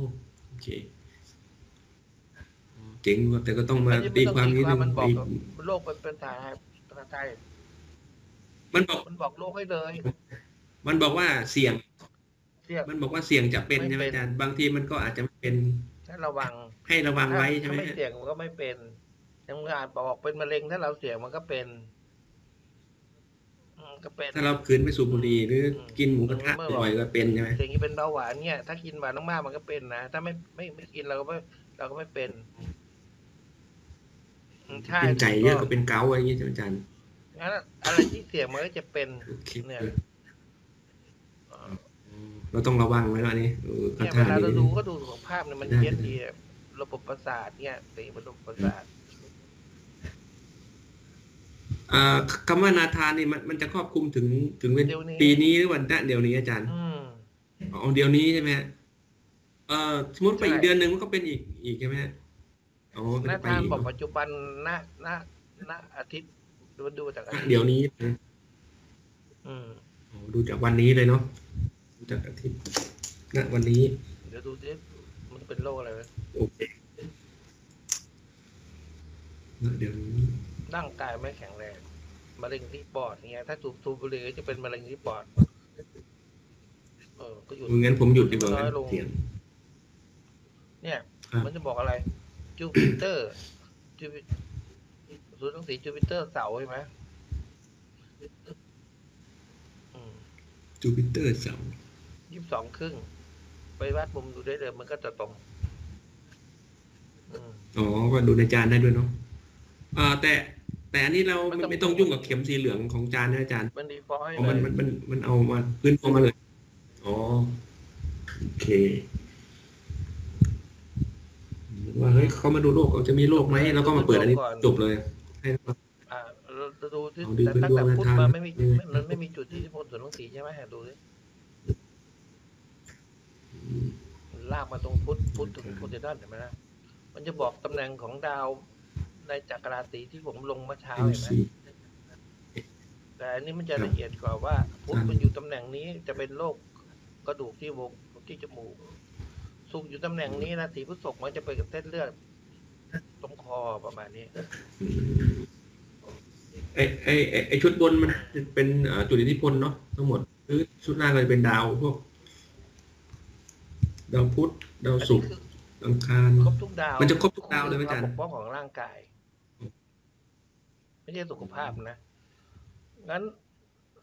B: โอเคเจ๋งว่ะแต่ก็ต้องมา
A: อันนี้
B: ตี
A: ไม่ต้อง
B: ความ
A: ตี
B: นิด
A: ความ
B: นึง
A: มันบอก
B: อีก
A: โลกเป็นเป็นภาษาไทยภาษาไทย
B: มันบอก
A: มันบอกโลกให้เลย
B: มันบอกว่าเสี่ยง
A: เรียก
B: มันบอกว่าเสี่ยงจะเป็น
A: ไม่เป็น
B: ใช่ไหมอาจารย์บางทีมันก็อาจจะไม่เป็น
A: ให้ระวัง
B: ให้ระวังไว้ใช่ไหม
A: ถ้าไม่เสี่ยงมันก็ไม่เป็นยังอาจบอกเป็นมะเร็งถ้าเราเสี่ยงมันก็เป็นอืมก็เป็น
B: ถ้าเราขืนไปสูบบุหรี่หรืออ
A: ม
B: กินหมูกระทะ
A: เมื่อก่อน
B: บ่อยก็เป็นใช่ไหม
A: สิ่งที่เป็นเบาหวานเนี่ยถ้ากินหวานมากๆมันก็เป็นนะถ้าไม่ไม่ไม่กินเราก็ไม่เราก็ไม่เป็นอืมใช่
B: กินไก่เยอะก็เป็นเกาต์อะไรอย่างนี้ใช่ไหมอาจารย์
A: งั้นอะไรที่เสี่ยงมันก็จะเป็น
B: โอเค
A: เนี่ย
B: เราต้องระวังไว้หน่อยนี่เออกระ
A: เนี่ยเว
B: ทะ
A: ลาเรา
B: นี่
A: ดูก็ดูสุขภาพเนี่ยมัน
B: ได้
A: เย็นดีอะระบบประสาทเนี่ยสีบนระบบประสาท
B: เอ่อคำว่านาทานนี่มันมันจะครอบคลุมถึงถึงเป็นปีนี้หรือวันเดียวนี้อาจารย์
A: อืม
B: อ๋อเดี๋ยวนี้ใช่ไหมฮะเอ่อสมมติไป
A: ใช่
B: อีกเดือนหนึ่งมันก็เป็นอีกอีกใช่ไหมฮะอ๋อก็
A: หน้า
B: จะไป
A: ทาง
B: อีก
A: บอก
B: เนอะ
A: ปัจจุบันณณณอาทิตย์ มันดูจากอันนี้
B: เดี๋ยวนี้
A: อืม
B: โอ้ดูจากวันนี้เลยเนาะดูจากอาทิตย์ณวันนี้
A: เดี๋ยวดูดิมันเป็นโรคอะไรวะ
B: โอเคณเดี๋ยวนี้
A: ร่างกายไม่แข็งแรงมะเร็งที่ปอดเนี่ยถ้าสูบสูบบุหรี่ก็จะเป็นมะเร็งที่ปอดเออก็อยู่
B: งั้นผมหยุดดีกว่า
A: น้อยลง
B: เสียง
A: เนี่ย
B: ครับ
A: มันจะบอกอะไรจูปิเตอร์จูปิศูนย์ทั้งสี่จูปิเตอร์เสาใช่ไหม
B: จูปิเตอร์เสาร์
A: ยี่สิบสองครึ่ง ไปวัดมุมดูได้เลยมันก็จะตรงอืม
B: อ๋อก็ดูในจานได้ด้วยเนาะอ่า แต่ แต่อันนี้เรา
A: มันต้อง
B: ไม่ต้องยุ่งกับเข็มสีเหลืองของจานนะอาจารย์
A: มันดีฟอ
B: เพ
A: ย
B: ราะ
A: เล
B: มัน
A: ย
B: มันมันมันเอามาพื้นตัวมาเลยอ๋อโอเคว่าเฮ้ยเขามาดูโรคเขาจะมีโรคไหมแล้วก็มาเปิดอันนี้จบเลยให้มา
A: อ่าเราดูที่
B: เอาดึง
A: แต่
B: เป็น
A: ตั้งแต่
B: ดวง
A: พุทธ
B: ทาง
A: มาไม่มี
B: ยังไง
A: มันไม่มีจุดที่พ้นส่วนทั้งสี่ใช่ไหมดูสิลากมาตรงพุทธพุทธถึงพุทธด้านเห็นไหมนะมันจะบอกตำแหน่งของดาวในจักรราศีที่ผมลงเมื่อเช้า
B: เอ็ม
A: เห็นไหม
B: ซี
A: แต่อันนี้มันจะ
B: ครับ
A: ละเอียดกว่าว่าพุทธ
B: ครับ
A: มันอยู่ตำแหน่งนี้จะเป็นโรคกระดูกที่วงที่จมูกสุกร์อยู่ตำแหน่งนี้นะสีพฤษภมันจะไปกับเส้นเลือดตรงคอประมาณนี้
B: ไอไอไอ้ไอชุดบนมันเป็นเอ่อจุดอิทธิพลเนาะทั้งหมดหรือชุดล่างก็จะเป็นดาวพวกดาวพุธดาว
A: อัน
B: ศุ
A: นี้
B: กร์
A: คือ
B: อังคาร
A: ครบทุกดาว
B: มันจะครบทุกดาวเลยไหมอาจารย์
A: ปกป้องของร่างกาย ไม่ใช่สุขภาพนะงั้น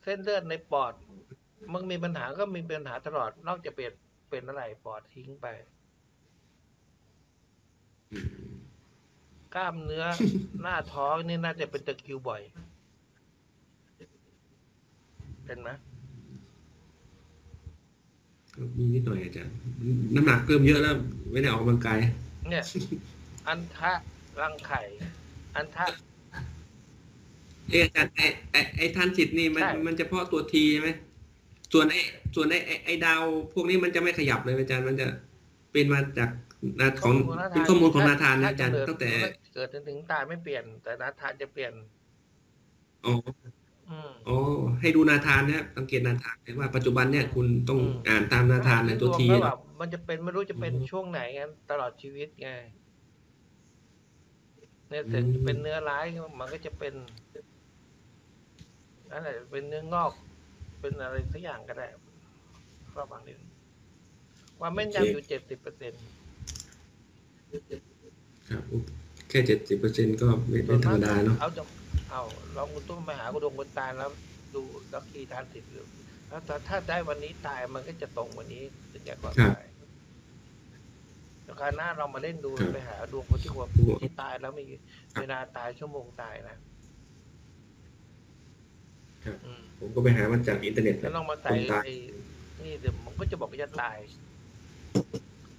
A: เส้นเลือดในปอด มันมีปัญหาก็มีปัญหาตลอดนอกจากเปลี่ยนเป็นอะไรปอดทิ้งไป
B: อืม
A: กล้ามเนื้อ หน้าท้องนี่น่าจะเป็นตะคริวบ่อย เป็นไหม
B: ก็มีนิดหน่อยอาจารย์น้ำหนักเพิ่มเยอะแล้ว ไม่ได้ออกกำลังกาย
A: เนี่ย อันทะรังไข่ อันทะ
B: เอะอาจารย์ไอไอไอทานจิตนี่มัน
A: ใช่
B: มันเฉพาะตัวทีใช่ไหมส่วนไอส่วนไอไอ้ไอดาว พวกนี้มันจะไม่ขยับเลยอาจารย์มันจะเป็นมาจากนาของเป็นข้อมูลของนาธานนะอาจารย์ตั้งแต่
A: เกิดจนถึงตายไม่เปลี่ยน แต่นาธานจะเปลี่ยน
B: อ๋อ
A: อืม
B: อ๋อให้ดูนาธานนะครับสังเกตนาธานเลยว่าปัจจุบันเนี่ยคุณต้อง
A: อืม
B: อ่านตามนาธานเลยตัวที
A: แล้
B: นะ
A: วแบบมันจะเป็นไม่รู้จะเป็น
B: อืม
A: ช่วงไหนกันตลอดชีวิตไงเนี่ย
B: อืม
A: ถึงเป็นเนื้อร้ายมันก็จะเป็นอะไรเป็นเนื้องอก เป็นอะไรสักอย่างก็ได้ระหว่างนี้ความแม่นยำอยู่เจ็ดสิบเปอร์เซ็นต์
B: ครับแค่เจ็ดสิบเปอร์เซ็นก็ไม่ไม่ธรรมดาเนาะ
A: เอาจะเอาลองคุณตุ้มไปหาคุณดวงคุณตาลแล้ว ดูลัคกี้ทานสิบหรือแล้วถ้าถ้าได้วันนี้ตายมันก็จะตรงวันนี้ถึงจะก่อนตายเดี๋ยวคราวหน้าเรามาเล่นดูไปหาดวงคนที่ควร
B: โอ้โห
A: ที่ตายแล้วมี
B: ครับ
A: เวลาตายชั่วโมงตายนะครับ อืม
B: ผมก็ไปหามาจากอินเทอร์เน็ต
A: แล้
B: นะ
A: วลองมาใส่
B: คนตาย
A: ไอ้นี่เดี๋ยวมันก็จะบอกว่าจะตาย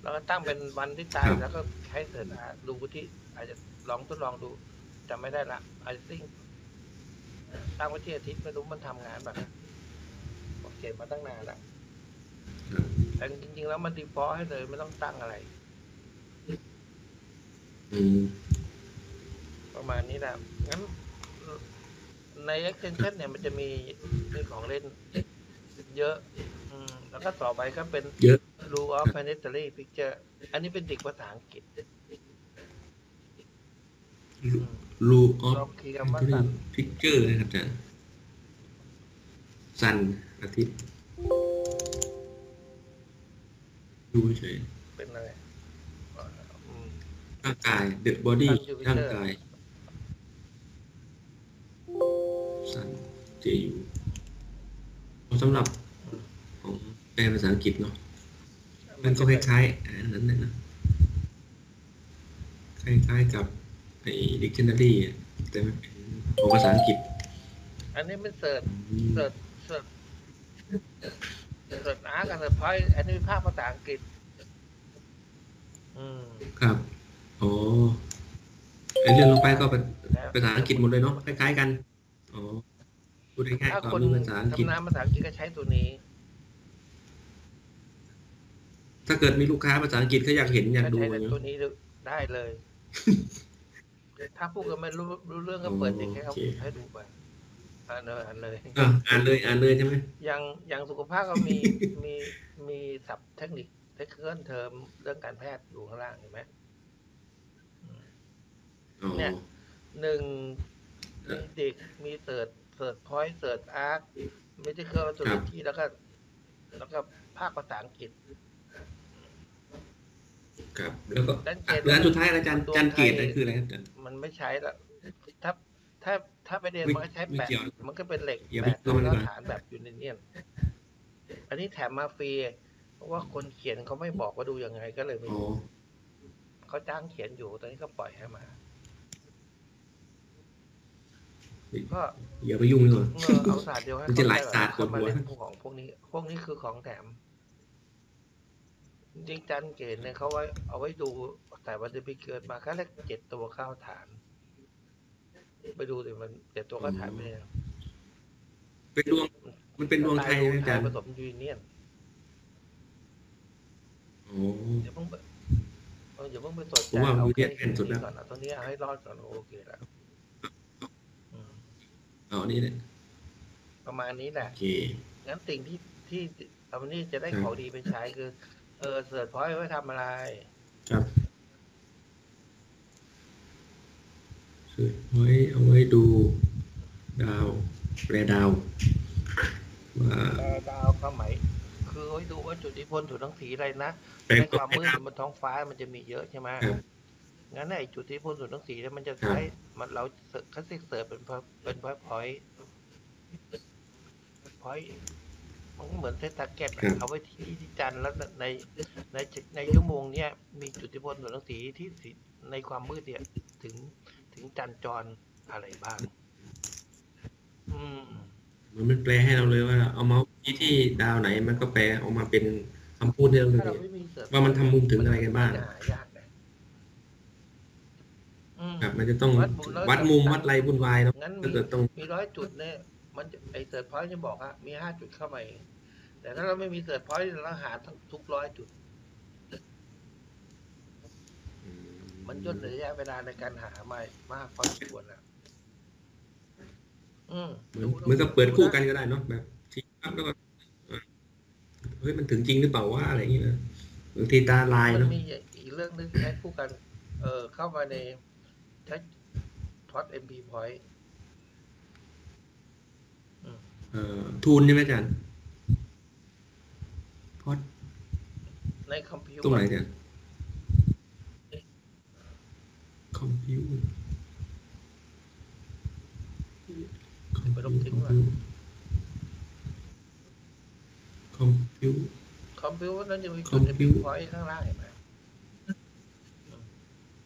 A: แล้วก็ตั้งเป็นวันที่ตาย
B: ครับ
A: แล้วก็ใช้เสิร์ชหาดูที่ อาจจะลองทดลองดูจำไม่ได้ละอาจจะซิ่งตั้งไว้ที่อาทิตย์ไม่รู้มันทำงานแบบบอกเขียนมาตั้งนานละ
B: ครับ
A: แต่จริงๆแล้วมันดีฟอลให้เลยไม่ต้องตั้งอะไร
B: อืม
A: ประมาณนี้แหละงั้นใน extension เนี่ยมันจะมีมีของเล่นเยอะ อืม แล้วก็ต่อไปก็เป็น
B: เยอะ
A: rule of planetary picture อันนี้เป็นเด็กภาษาอังกฤษอืม
B: รูออฟ
A: ลองคีย์คำว่าสัน
B: พิกเจอร์นะครับอาจารย์ซันอาทิตย์ดูเฉย
A: เป็นอะไรอืม
B: ร่างกายเดอะบอดี้
A: Sun Jupiter
B: ร่างกายซันเจยูสำหรับ ของแปลภาษาอังกฤษเนาะมันก็คล้ายๆอันนั้นนะนะคล้ายๆกับไอ้ dictionary อะแต่มันเป็นของภาษาอังกฤษ
A: อันนี้เป็นเสิร์ช
B: อืม
A: เสิร์ชเสิร์ชเสิร์ชอาร์กับเสิร์ชพอยอันนี้เป็นภาพภาษาอังกฤษ อืม
B: ครับอ๋อไอ้เรื่องลงไปก็เป็น
A: แล้ว
B: ภาษาอังกฤษหมดเลยเนาะคล้ายๆกันอ๋อพูดง่าย
A: ถ้า
B: ๆก็
A: คน
B: มีภาษาอังกฤษ
A: ทำงานภาษาอังกฤษก็ใช้ตัวนี้
B: ถ้าเกิดมีลูกค้าภาษาอังกฤษเขาอยากเห็นอยากดู
A: ใช้
B: อะไร
A: ใน
B: เน
A: ตัว
B: อะ
A: นี้ดูได้เลย ถ้าพูดกันไม่รู้รู้เรื่องก็เปิดอย่างเงี้ยครับ
B: โอเค
A: ให้ดูไปอ่านเลยอ่านเลย
B: อ่ะอ่านเลยอ่านเลยใช่ไหม
A: อย่างอย่างสุขภาพก็มี มีมีศัพท์เทคนิคเทคนิคเทอมเรื่องการแพทย์อยู่ข้างล่างเห็นไหม
B: อ๋อ
A: เนี่ย หนึ่ง
B: เอ่
A: มี
B: อ
A: เด็กมีเสิร์ชเสิร์ชพอยต์เสิร์ชอาร์คไม่ใช่เครื่องตัวที่แล้วก็ แล้วก็ภาคภาษาอังกฤษ
B: ครับแล้วก็
A: ด้านเกรด
B: แล้วอันสุดท้ายอาจารย์อาจารย์เกตนั่นคืออะไรครับอาจารย์
A: มันไม่ใช้ละถ้าถ้าถ้าไปเรียนมั
B: ไม่
A: นก็ใช้
B: ไม่
A: แปะ
B: เกี่ยว
A: มันก็เป็นเหล็ก
B: อย่าไป
A: แปะ
B: เชื่อมัน
A: แล้ว
B: ดีกว่า
A: ฐานแบบยูเนเนียนอันนี้แถมมาฟรีเพราะว่าคนเขียนเขาไม่บอกว่าดูยังไงก็เลยไม่
B: อ๋อ
A: รู้เขาจ้างเขียนอยู่ตอนนี้ก็ปล่อยให้มา ก็
B: อย่าไปยุ่งเลย
A: เออเอาศาสตร์เดียวให้
B: มันจะหลายศาสตร์
A: เข้มาก
B: ว่า
A: เล่นพวกของพวกนี้ พวกนี้คือของแถมจริงๆจันเกณฑ์เนี่ยเขาไว้เอาไว้ดูแต่มันจะไปเกิดมาแค่เลขเจ็ดตัวเข้าฐาน ไปดูสิมันเจ็ดตัวเข้าฐานไปเนี่ย
B: เป็นดวง มันเป็นดวงไทย
A: ดวง
B: นะอาจารย์
A: ผสมยูเนียน
B: โอ้
A: อย่าเพิ่งไปเอออย่าเพิ่งไปสนใจ
B: ผมว่า
A: เอา
B: ยูเนียนแน่นสุดแล้ว
A: ก่อนเอาตัวนี้เอาให้รอดก่อนโอเคแล้วอืม
B: อ๋อนี่แหละ
A: ประมาณนี้แห
B: โอ
A: ละ
B: เค
A: งั้นสิ่งที่ที่เอาวันนี้จะได้
B: ครับ
A: ของดีไปใช้คือ เออเสิร์ชพอยไว้ทำอะไร
B: ครับสวยไว้เอาไว้ดูดาวแปรดาวว่า
A: ดาวความหมายคือไว้ดูว่าจุดอิทธิพลจุดทั้งสีอะไรนะ
B: แปลง
A: ใน
B: ตั
A: ค
B: ว
A: วาม
B: แปร
A: มืด
B: ดาว
A: บนท้องฟ้ามันจะมีเยอะใช่ไหม
B: ครับ
A: งั้นไอ้จุดอิทธิพลจุดทั้งสีเนี่ยมันจะ
B: ครับ
A: ใช้มันเราคลาสสิกเสิร์ชเป็น point- เป็นพอยต์พอยต์มันก็เหมือนเซตตาเก็ตอะเอาไว้ที่ที่จันทร์แล้วในในในชั่วโมงเนี้ยมีจุดอิทธิพลจุดทั้งสีที่สีในความมืดเนี่ย ถึงถึงจันจรอะไรบ้าง อืม
B: มันมันแปลให้เราเลยว่า เอาเมาส์ที่ที่ดาวไหนมันก็แปลออกมาเป็นคำพูดให้เราเล
A: ถ้าเรา
B: ย
A: ไม่มีเสือ
B: ว่ามันทำมุมถึงอะไรกันบ้าง
A: มัหายากนะอืม
B: ครับ มันจะต้อง
A: วัดมุมแล้ว
B: วัดมุมวัดไรวุ่นวายเนาะ
A: งั้นมี
B: ถ้าเกิดต้อง
A: มีร้อยจุดเนี่ย มันจะไอเสิร์ชพอยต์จะบอกอะมีห้าจุดเข้ามาเองแต่ถ้าเราไม่มีเสิร์ชพอยต์เราหาทุกร้อยจุด มันย่นระยะเวลาในการหาไม่มากพอสมควรแล้วอืม
B: เหมือ
A: ดู
B: นเหมือนกับเปิดคู่กันก็ได้เนาะแบบทีปั๊บแล้วก็เออเฮ้ยมันถึงจริงหรือเปล่าว่าอะไรอย่างเงี้ยนะบางทีตาลาย
A: มัน
B: เนาะ
A: มีอีกเรื่องนึงใช้คู่กัน เออ เข้ามาในใช้ท็อตเอ็มพีพอยต์
B: เอ่อทูนใช่ไหมอาจารย์พอด
A: ในคอมพิว
B: ตรง
A: เต
B: ไห
A: อน ร์
B: อาจารย์คอมพิว
A: ไปลบทิ้งว่ะ
B: คอมพิว
A: คอมพิวนั้นจะมี
B: ค
A: จุ
B: อ
A: ด
B: ม
A: เอ็ม
B: พิ
A: พี
B: ว
A: พอยต์ข้างล่างเห็นไหม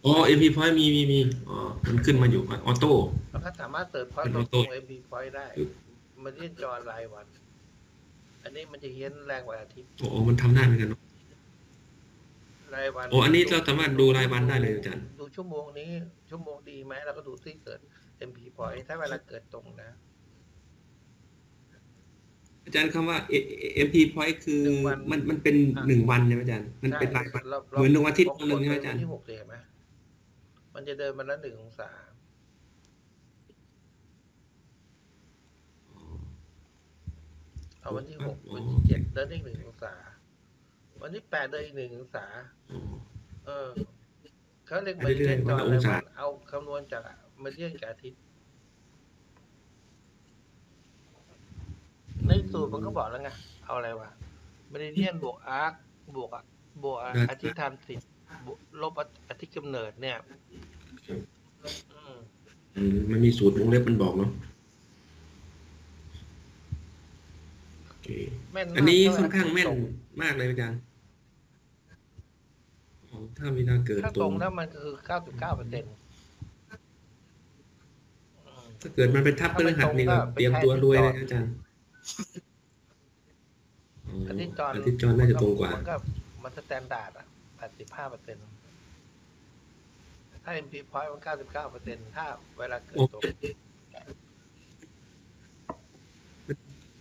B: อ๋อเอ็มพีพอยมีมีมีอ๋อมันขึ้นมาอยู่ออโต้
A: แล้วก็สามารถเติร์ดพอยต์
B: เป็น
A: ลง
B: auto
A: เอ็มพีพอยต์ได้
B: อืม
A: มันเล่นจอรายวัน อันนี้มันจะเฮี้ยนแรงกว่าอาทิตย์
B: โอ้โหมันทำได้เหมือนกันเนอะ
A: รายวัน
B: โอ้อันนี้เราสามารถดูรายวันได้เลยอาจารย์
A: ดูชั่วโมงนี้ ชั่วโมงดีไหมเราก็ดูที่เกิดเอ็มพีพอยต์ถ้าเวลาเกิดตรงนะ
B: อาจารย์คำว่า MP point คือมันมันเป็นหนึ่งวันใช่ไหมอาจารย์ มันเป็นรายวัน
A: ใช่บ
B: เหมือนดวงอาทิตย์
A: บ
B: ดวงหนึ่งใช่ไหมอาจารย์
A: ที่หกเลยเห็นไหมมันจะเดินมาละหนึ่งองศาเอาวันที่หกวันที่เจ็ดเดินอีกหนึ่งองศา วันที่แปดเดินอีกหนึ่งองศา
B: อ๋อ
A: เออเขาเรียก
B: ไปเรื่อยๆ
A: จอ
B: วันละ
A: เล
B: อย งศา
A: มันเอาคำนวณจากมาเรียนจากอาทิตย์ ในสูตรมันก็บอกแล้วไง เอาอะไรวะมาเรียนบวกอาร์คบวกอะบวกอะอาทิตย์ทานสิทธิ์บวกลบอาทิตย์กำเนิดเนี่ย อืม
B: อืมมันมีสูตรวงเล็บมันบอกเนาะโอเค
A: แม่นมาก
B: อันนี้
A: เท่ไหร่
B: ค่อนข้างแม่นมากเลยอาจารย์อ๋อถ้ามีนาเกิด
A: ถ้า
B: ต
A: ต
B: ร
A: รง งแล้วมันคือเก้าจุดเก้าเปอร์เซ็นต์
B: ถ้าเกิดมันไปทับพฤหัสนี่ก็
A: ถ้ามันตรงก็
B: เตรียมตัวรวยเลย
A: ไป
B: นะ
A: แทน
B: อาจารย์อ๋อ
A: อา
B: อา
A: ทิ
B: ทิ
A: ต
B: ต
A: ย์จร
B: ย์จรน่าจะตรงกว่า
A: นก็มันสแตนดาร์ดอ่ะ85เปอร์เซ็นต์ถ้า MP point มัน 99เปอร์เซ็นต์ถ้าเวลาเกิดตก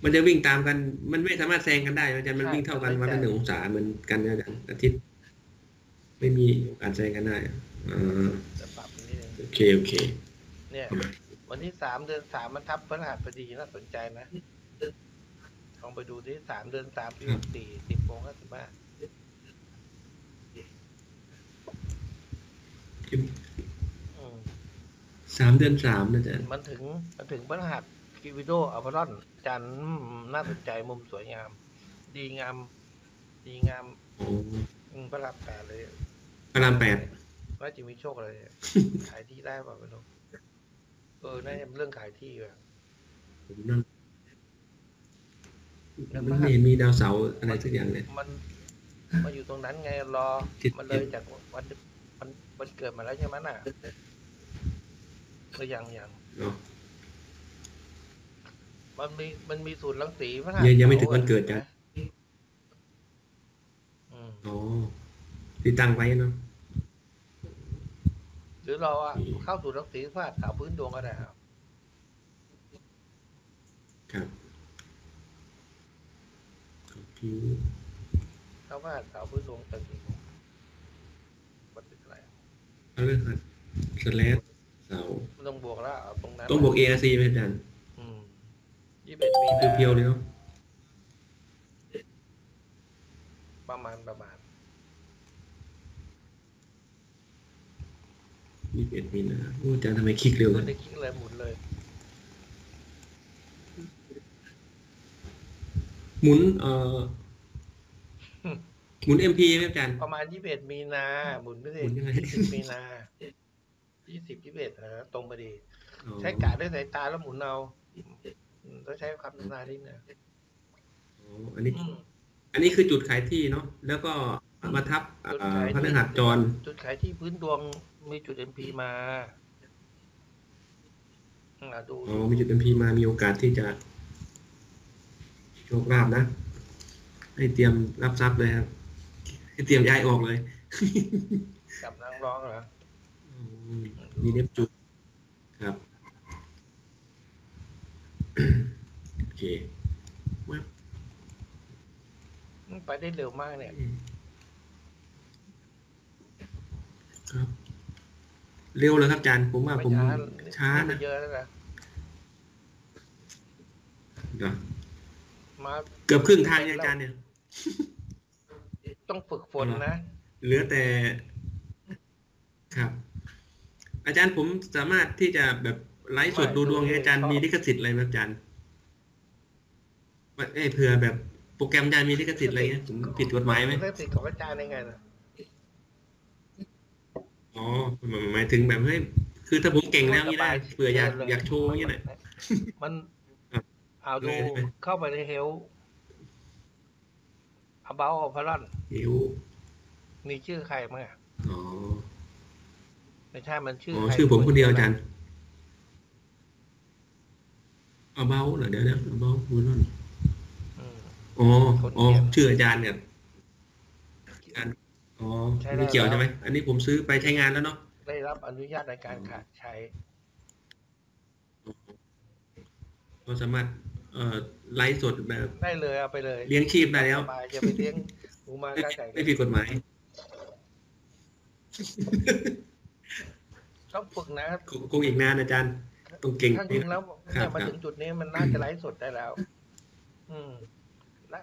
B: มันจะวิ่งตามกัน มันไม่สามารถแซงกันได้นะอาจารย์ มันวิ่งเท่ากันวันละหนึ่งองศาเหมือนกันนะอาจารย์อาทิตย์ ไม่มีโอกาสแซงกันได้อ่า
A: จะปรับนิดนึง
B: โอเคโอเค
A: เนี่ย วันที่สามเดือนสามมันทับพฤหัสพอดีน่าสนใจนะลองไปดูที่สามเดือนสามปี
B: ครั
A: ห
B: บ
A: กสี่สิบโมงห้าสิบห้าอืม
B: สามเดือนสามนะอาจารย์
A: มันถึงมันถึงพฤหัสกิวิโดอัลพารอนจันทร์อืมน่าสนใจมุมสวยงาม ดีงาม ดีงาม
B: โอ้
A: อืมพระรามแปดเลย
B: พระรามแปด
A: น่าจะมีโชคเลย ขายที่ได้ป่ะไม่รู้เออน่าจะเป็นเรื่องขายที่ว่ะ
B: ผมนั่นมันไม่เห็นมีดาวเสาร์อะไรสักอย่างเลย
A: มันมาอยู่ตรงนั้นไงรอ
B: จิต
A: มันเลยจากวันมันมันเกิดมาแล้วใช่ไหมน่ะก็ยังยัง
B: เนาะ
A: มันมีมันมีสูตรรังสีพระ
B: ยังยังไม่ถึงวันเกิดจ้ะ
A: อืม
B: อ๋อที่ตั้งไว้เนาะ
A: หรือเราอะเข้าสูตรรังสีพระหัสขาวพื้นดวงก็ได้ครับ
B: ครับขอบคุณ
A: เข้าพระหัสขาวพื้นดวงตะกี้มันเป็นอะไร
B: พระฤหัสสแลสเสาร์
A: ไม่ต้องบวกแล้วเอาตรงนั้น
B: ต้องบอก ARC ไหมอาจารย์
A: ยี่สิบเอ็ดมีนา
B: เพียวๆเลยเนาะ
A: ประมาณประมาณ
B: ยี่สิบเอ็ดมีนาโอ้อาจารย์ทำไมคลิกเร็ว
A: ขึ้
B: จั
A: น
B: ง
A: ในกิ้งเลยหมุนเลย
B: หมุนเอ่ อหมุน MP ไหมอาจารย์
A: ประมาณยี่สิบเอ็ดมีนาหมุนไม่ได้
B: หมุนยังไง
A: ยี่สิบมีนายี่สิบยี่สิบเอ็ดนะตรงไปดี
B: อ๋อ
A: ใช้กาด้วยสายตาแล้วหมุนเอาอืมต้องใช้ความชำนาญนิดหนึง
B: อ๋ออันนี้
A: อืม
B: อันนี้คือจุดขายที่เนาะแล้วก็มาทับ
A: จุดขายที่
B: อ่าพระฤหัสจร
A: จุดขายที่พื้นดวงมีจุดเอ็มพีมาอืมอ่ะดู
B: อ๋อมีจุด MP มามีโอกาสที่จะโชคลาภนะ ให้เตรียมรับทรัพย์เลยครับให้เตรียมย้ายออกเลย
A: กับนางร้องเหรอ
B: อืมมีเนปจูนครับ โอเคแว๊บ
A: อืมไปได้เร็วมากเนี่ย
B: ครับ เร็วเลยครับอาจารย์ผมว่า
A: ไม่
B: ผม
A: ช้า
B: ช้า
A: ไม่
B: นะ
A: เยอะแล้วนะ
B: เดี๋ยว
A: มา
B: เกือบครึ่งทางเนี่ยอาจารย์เนี่ย
A: ต้องฝึกฝนนะ
B: เหลือแต่ครับ อาจารย์ผมสามารถที่จะแบบไลฟ์สด
A: ไม่
B: ดูดวง
A: ดู
B: ให้อาจารย์
A: ไม่ชอบ
B: มีลิขสิทธิ์อะไรไหมอาจารย์เอ้ยเผื่อแบบโปรแกรมอาจารย์มีลิขสิทธิ์อะไรเงี้ยผมผิดกฎหมายไหม
A: เรื่องติดของอาจารย์ยังไงนะ
B: อ๋อหมายหมายถึงแบบเฮ้ยคือถ้าผมเก่งแล้วนี่ได้เผื่ออยากอยากโชว์อย่างเงี้ยหน่อย
A: มัน
B: อ่ะ
A: เอาดู
B: เลยใช่ไหม
A: เข้าไปในเฮลอาเบลอพารอน
B: หิว
A: มีชื่อใครมั้งอะ
B: อ๋อ
A: ไม่ใช่มันชื่อ
B: อ๋อ
A: ใคร
B: ชื่อผมคนเดียวอาจารย์เอาเบาเหรอเดี๋ยวเดี๋ยวเอาเบาบุญนั่น
A: อืม
B: อ๋อ
A: คน
B: อ๋อ
A: เดียว
B: ชื่ออาจารย์เนี่ยอาจารย์อ๋อ
A: ใช่แล้ว
B: ไม่เกี่ยวใช่ไหมอันนี้ผมซื้อไปใช้งานแล้วเนาะ
A: ได้รับอนุญาตในการขาดใช้
B: ก็สามารถเอ่อไลฟ์สดแบบ
A: ได้เลยเอาไปเลย
B: เลี้ยงชีพได้แล้ว
A: สบายจะไปเลี้ยงกูมา
B: ไม่
A: ก้าไก่
B: ไม่ผิดกฎหมาย
A: ต้องฝึกนะ
B: คงคงอีกนานอาจารย์ต้องเก่ง
A: ถ้าจริงแล้ว
B: ครั
A: เนี่
B: บ
A: ยมาถึงจุดนี้มันน่าจะไลฟ์สดได้แล้ว อืมนะ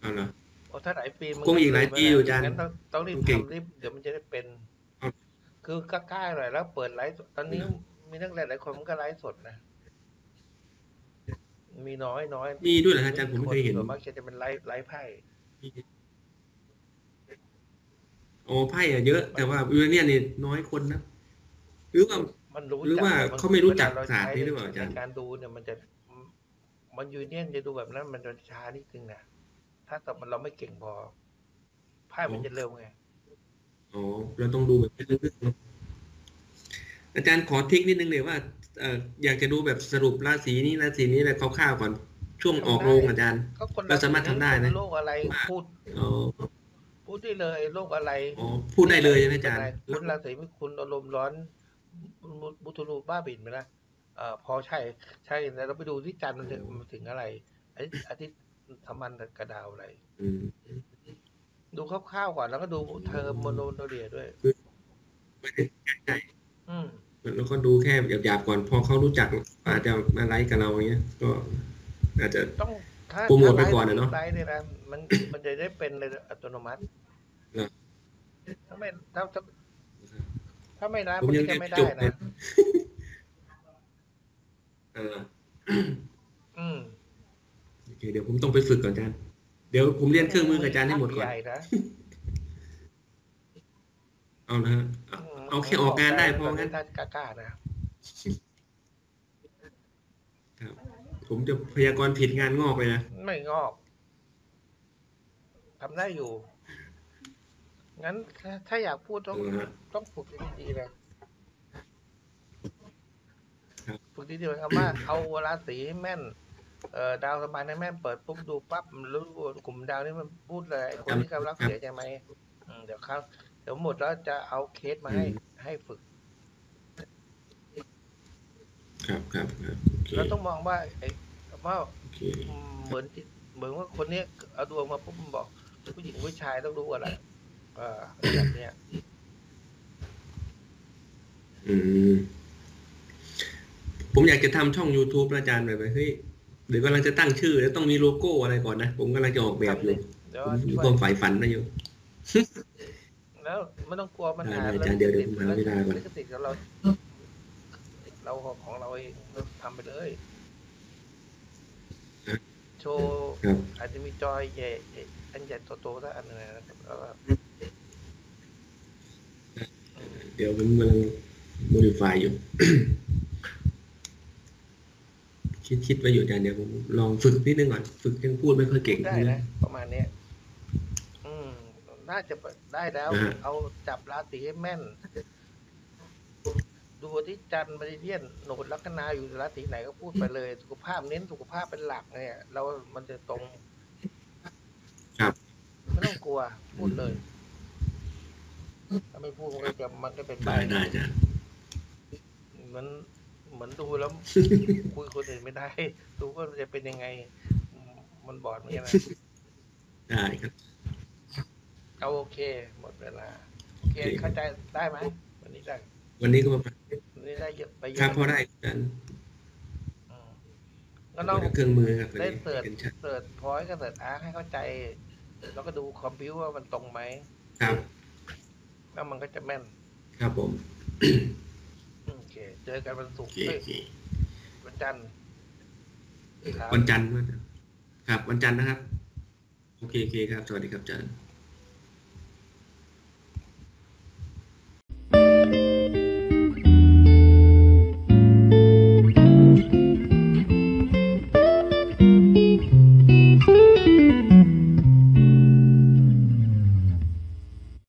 B: เอาเหรอ
A: โอ้ถ้าหลายปีมัน
B: คงอีกหลายปีอยู่อาจารย์
A: งั้นต้องต้องรีบ
B: โอเค
A: ทำรีบเดี๋ยวมันจะได้เป็น
B: ครับ
A: คือกล้าๆหน่อยแล้วเปิดไลฟ์สดตอนนี้มีนักเรียนหลายคนมันก็ไลฟ์สดนะมีน้อยน้อย
B: มีด้วยเหรออาจารย์ผมไม่เคยเห็น
A: ส่วนมากจะเป็นไลฟ์ไลฟ์ไพ่
B: โอ้ไพ่อะเยอะ แต่ว่าวิลเนี่ยนี่น้อยคนนะหรือว่า
A: มันรู้จัก
B: หรือว่าเขาไม่รู้จักศาสตร์นี้หรือเปล่าอาจารย์
A: ในการดูเนี่ยมันจะ มันยูเนียนจะดูแบบนั้น มันจะช้านิดนึงนะถ้าแต่มันเราไม่เก่งพอไพ่มันจะเร็วไง
B: อ๋อเราต้องดูแบบลึกๆเนอะอาจารย์ขอทริกนิดนึงเลยว่าเอ่ออยากจะดูแบบสรุปราศีนี้ราศีนี้อะไรคร่าวๆก่อนช่วงออกโรงอาจารย์
A: ก็คน
B: เราสามารถทำได้นะ
A: โรคอะไร
B: ว่า
A: พูด
B: อ๋อ
A: พูดได้เลยโรคอะไร
B: อ๋อพูดได้เลยใช่ไหมอาจารย์
A: เป็นไคุณราศีมิถุนอารมณ์ร้อนมุบุทุรูบ้าบินไหมนะเอ่อพอใช่ ใช่แล้วเราไปดูที่จันทร์มันถึงมันถึงอะไรอาทิตย์อาทิตย์สัมพันธ์กับกระดาวอะไร
B: อืม
A: ดูคร่าวๆก่อนแล้วก็ดูเทอมโมโนโดเรียด้วย
B: ไม่ได้
A: อืม
B: ไม่ แล้วก็ดูแค่หยาบๆก่อนพอเขารู้จักอาจจะมาไลค์กับเราอย่างเงี้ย ก็อาจจะ
A: ต้องถ้า
B: โปรโมทไป
A: ถ้า
B: ก่อนอะเนอะ
A: ไลฟ์เนี่ยนะมันมันจะได้เป็นเลยอัตโนมัติ
B: เหรอ
A: ถ้าไม่ถ้าถ้าถ้าไม่ไลฟ์
B: ผม
A: มัน
B: ยัง
A: จะ
B: ไม่
A: ไม่ได้
B: จบเล
A: นะ
B: ยเออ
A: อืม
B: โอเคเดี๋ยวผมต้องไปฝึกก่อนอาจารย์เดี๋ยวผมเรียนเครื่องมือกับอาจารย์ให้หมดก่อน
A: ใหญ่นะ
B: เอานะฮะเอาเอาแค่ออกงานได้พองั้น
A: ด้านกล้าๆนะ
B: ผมจะพยากรณ์ผิดงานงอกเลยนะ
A: ไม่งอกทำได้อยู่ งั้นถ้าถ้าอยากพูดต้อง
B: เออฮะ
A: ต้องฝึกดีๆเลย
B: ครับ
A: ฝึกดีๆหมายความว่า เอาราศีให้แม่น เอ่อดาวสมานให้แม่นเปิดปุ๊บดูปั๊บมันรู้กลุ่มดาวนี่มันพูดเลยไอ้คนที่กำลังเสียใจไหมอืมเดี๋ยวครับเดี๋ยวหมดแล้วจะเอาเคสมาให้ให้ฝึก
B: ครับครับครับโอเค
A: เราต้องมองว่าไอ้ว่า
B: โอเค
A: อืมเหมือนที่เหมือนว่าคนเนี้ยเอาดวงมาปุ๊บมันบอก ผู้หญิงผู้ชายต้องรู้อะไรเออแบบเนี้ย
B: อืมผมอยากจะทำช่อง YouTube นะอาจารย์แบบว่าเฮ้ยเดี๋ยวกำลังจะตั้งชื่อ แล้วต้องมีโลโก้อะไรก่อนนะ ผมกำลังจะออกแบบอยู่
A: เดี๋ยว
B: ผมอยู่
A: ช่วยว
B: คามฝ่ายฝันนะอยู่
A: แล้วไม่ต้องกลัวปัญหา
B: ได้ได้เดี๋ยวเดี๋ยวผมหาเวลาก่อน
A: ลิขสิทธิ์ของเรา เราของเราเองเราทำไปเลย โชว์
B: ครับ
A: อาจจะมีจอยใหญ่อันใหญ่โตๆสักอันหนึงนะครับแล้วก็อืม
B: เดี๋ยวผมกำลัง modify อยู่ คิดคิดไว้อยู่อาจารย์เดี๋ยวผมลองฝึกนิดนึงก่อน ฝึกยังพูดไม่ค่อยเก่ง
A: ได้นะประมาณเนี้ยอืม น่าจะได้แล้ว เอาจับราศีให้แม่น ดูที่จันทร์มริเดียนโหนดลัคนาอยู่ราศีไหนก็พูดไปเลย สุขภาพเน้นสุขภาพเป็นหลักเนี่ยเรามันจะตรง
B: ครับ
A: ไม่ต้องกลัว พูดเลยถ้าไม่พูดมันก็จะมันก็เป็นใบ
B: ได้ได้อาจารย์
A: เหมือนเหมือนดูแล้ว คุยคนอื่นไม่ได้ ดูว่ามันจะเป็นยังไง มันบอดเหมือนกันนะ
B: ได้ครับ
A: เอาโอเค หมดเวลา โอเค
B: โอเค
A: เข้าใจได้ไหมวันนี้ได้
B: วันนี้ก็มา
A: วันนี้ได้เยอะไปเย
B: ค
A: อะ
B: รับพอได้อาจารย์
A: อืมก็ต้อง
B: เครื่องมือครับ
A: ได้เปิด
B: เป็นชัด
A: เสิร์ชพอยต์กับเสิร์ชอาร์คให้เข้าใจ แล้วก็ดูคอมพิวว่ามันตรงไหม
B: ครับ
A: แล้วมันก็จะแม่น
B: ครับผม
A: โอเค เจอกันวันศุ
B: โอก
A: ร์
B: เค
A: เอ้
B: โอย เค
A: วันจันทร์ครับ
B: วันจันทร์นะครับ วันจันทร์นะครับ โอเคโอเคครับ สวัสดีครับอาจารย์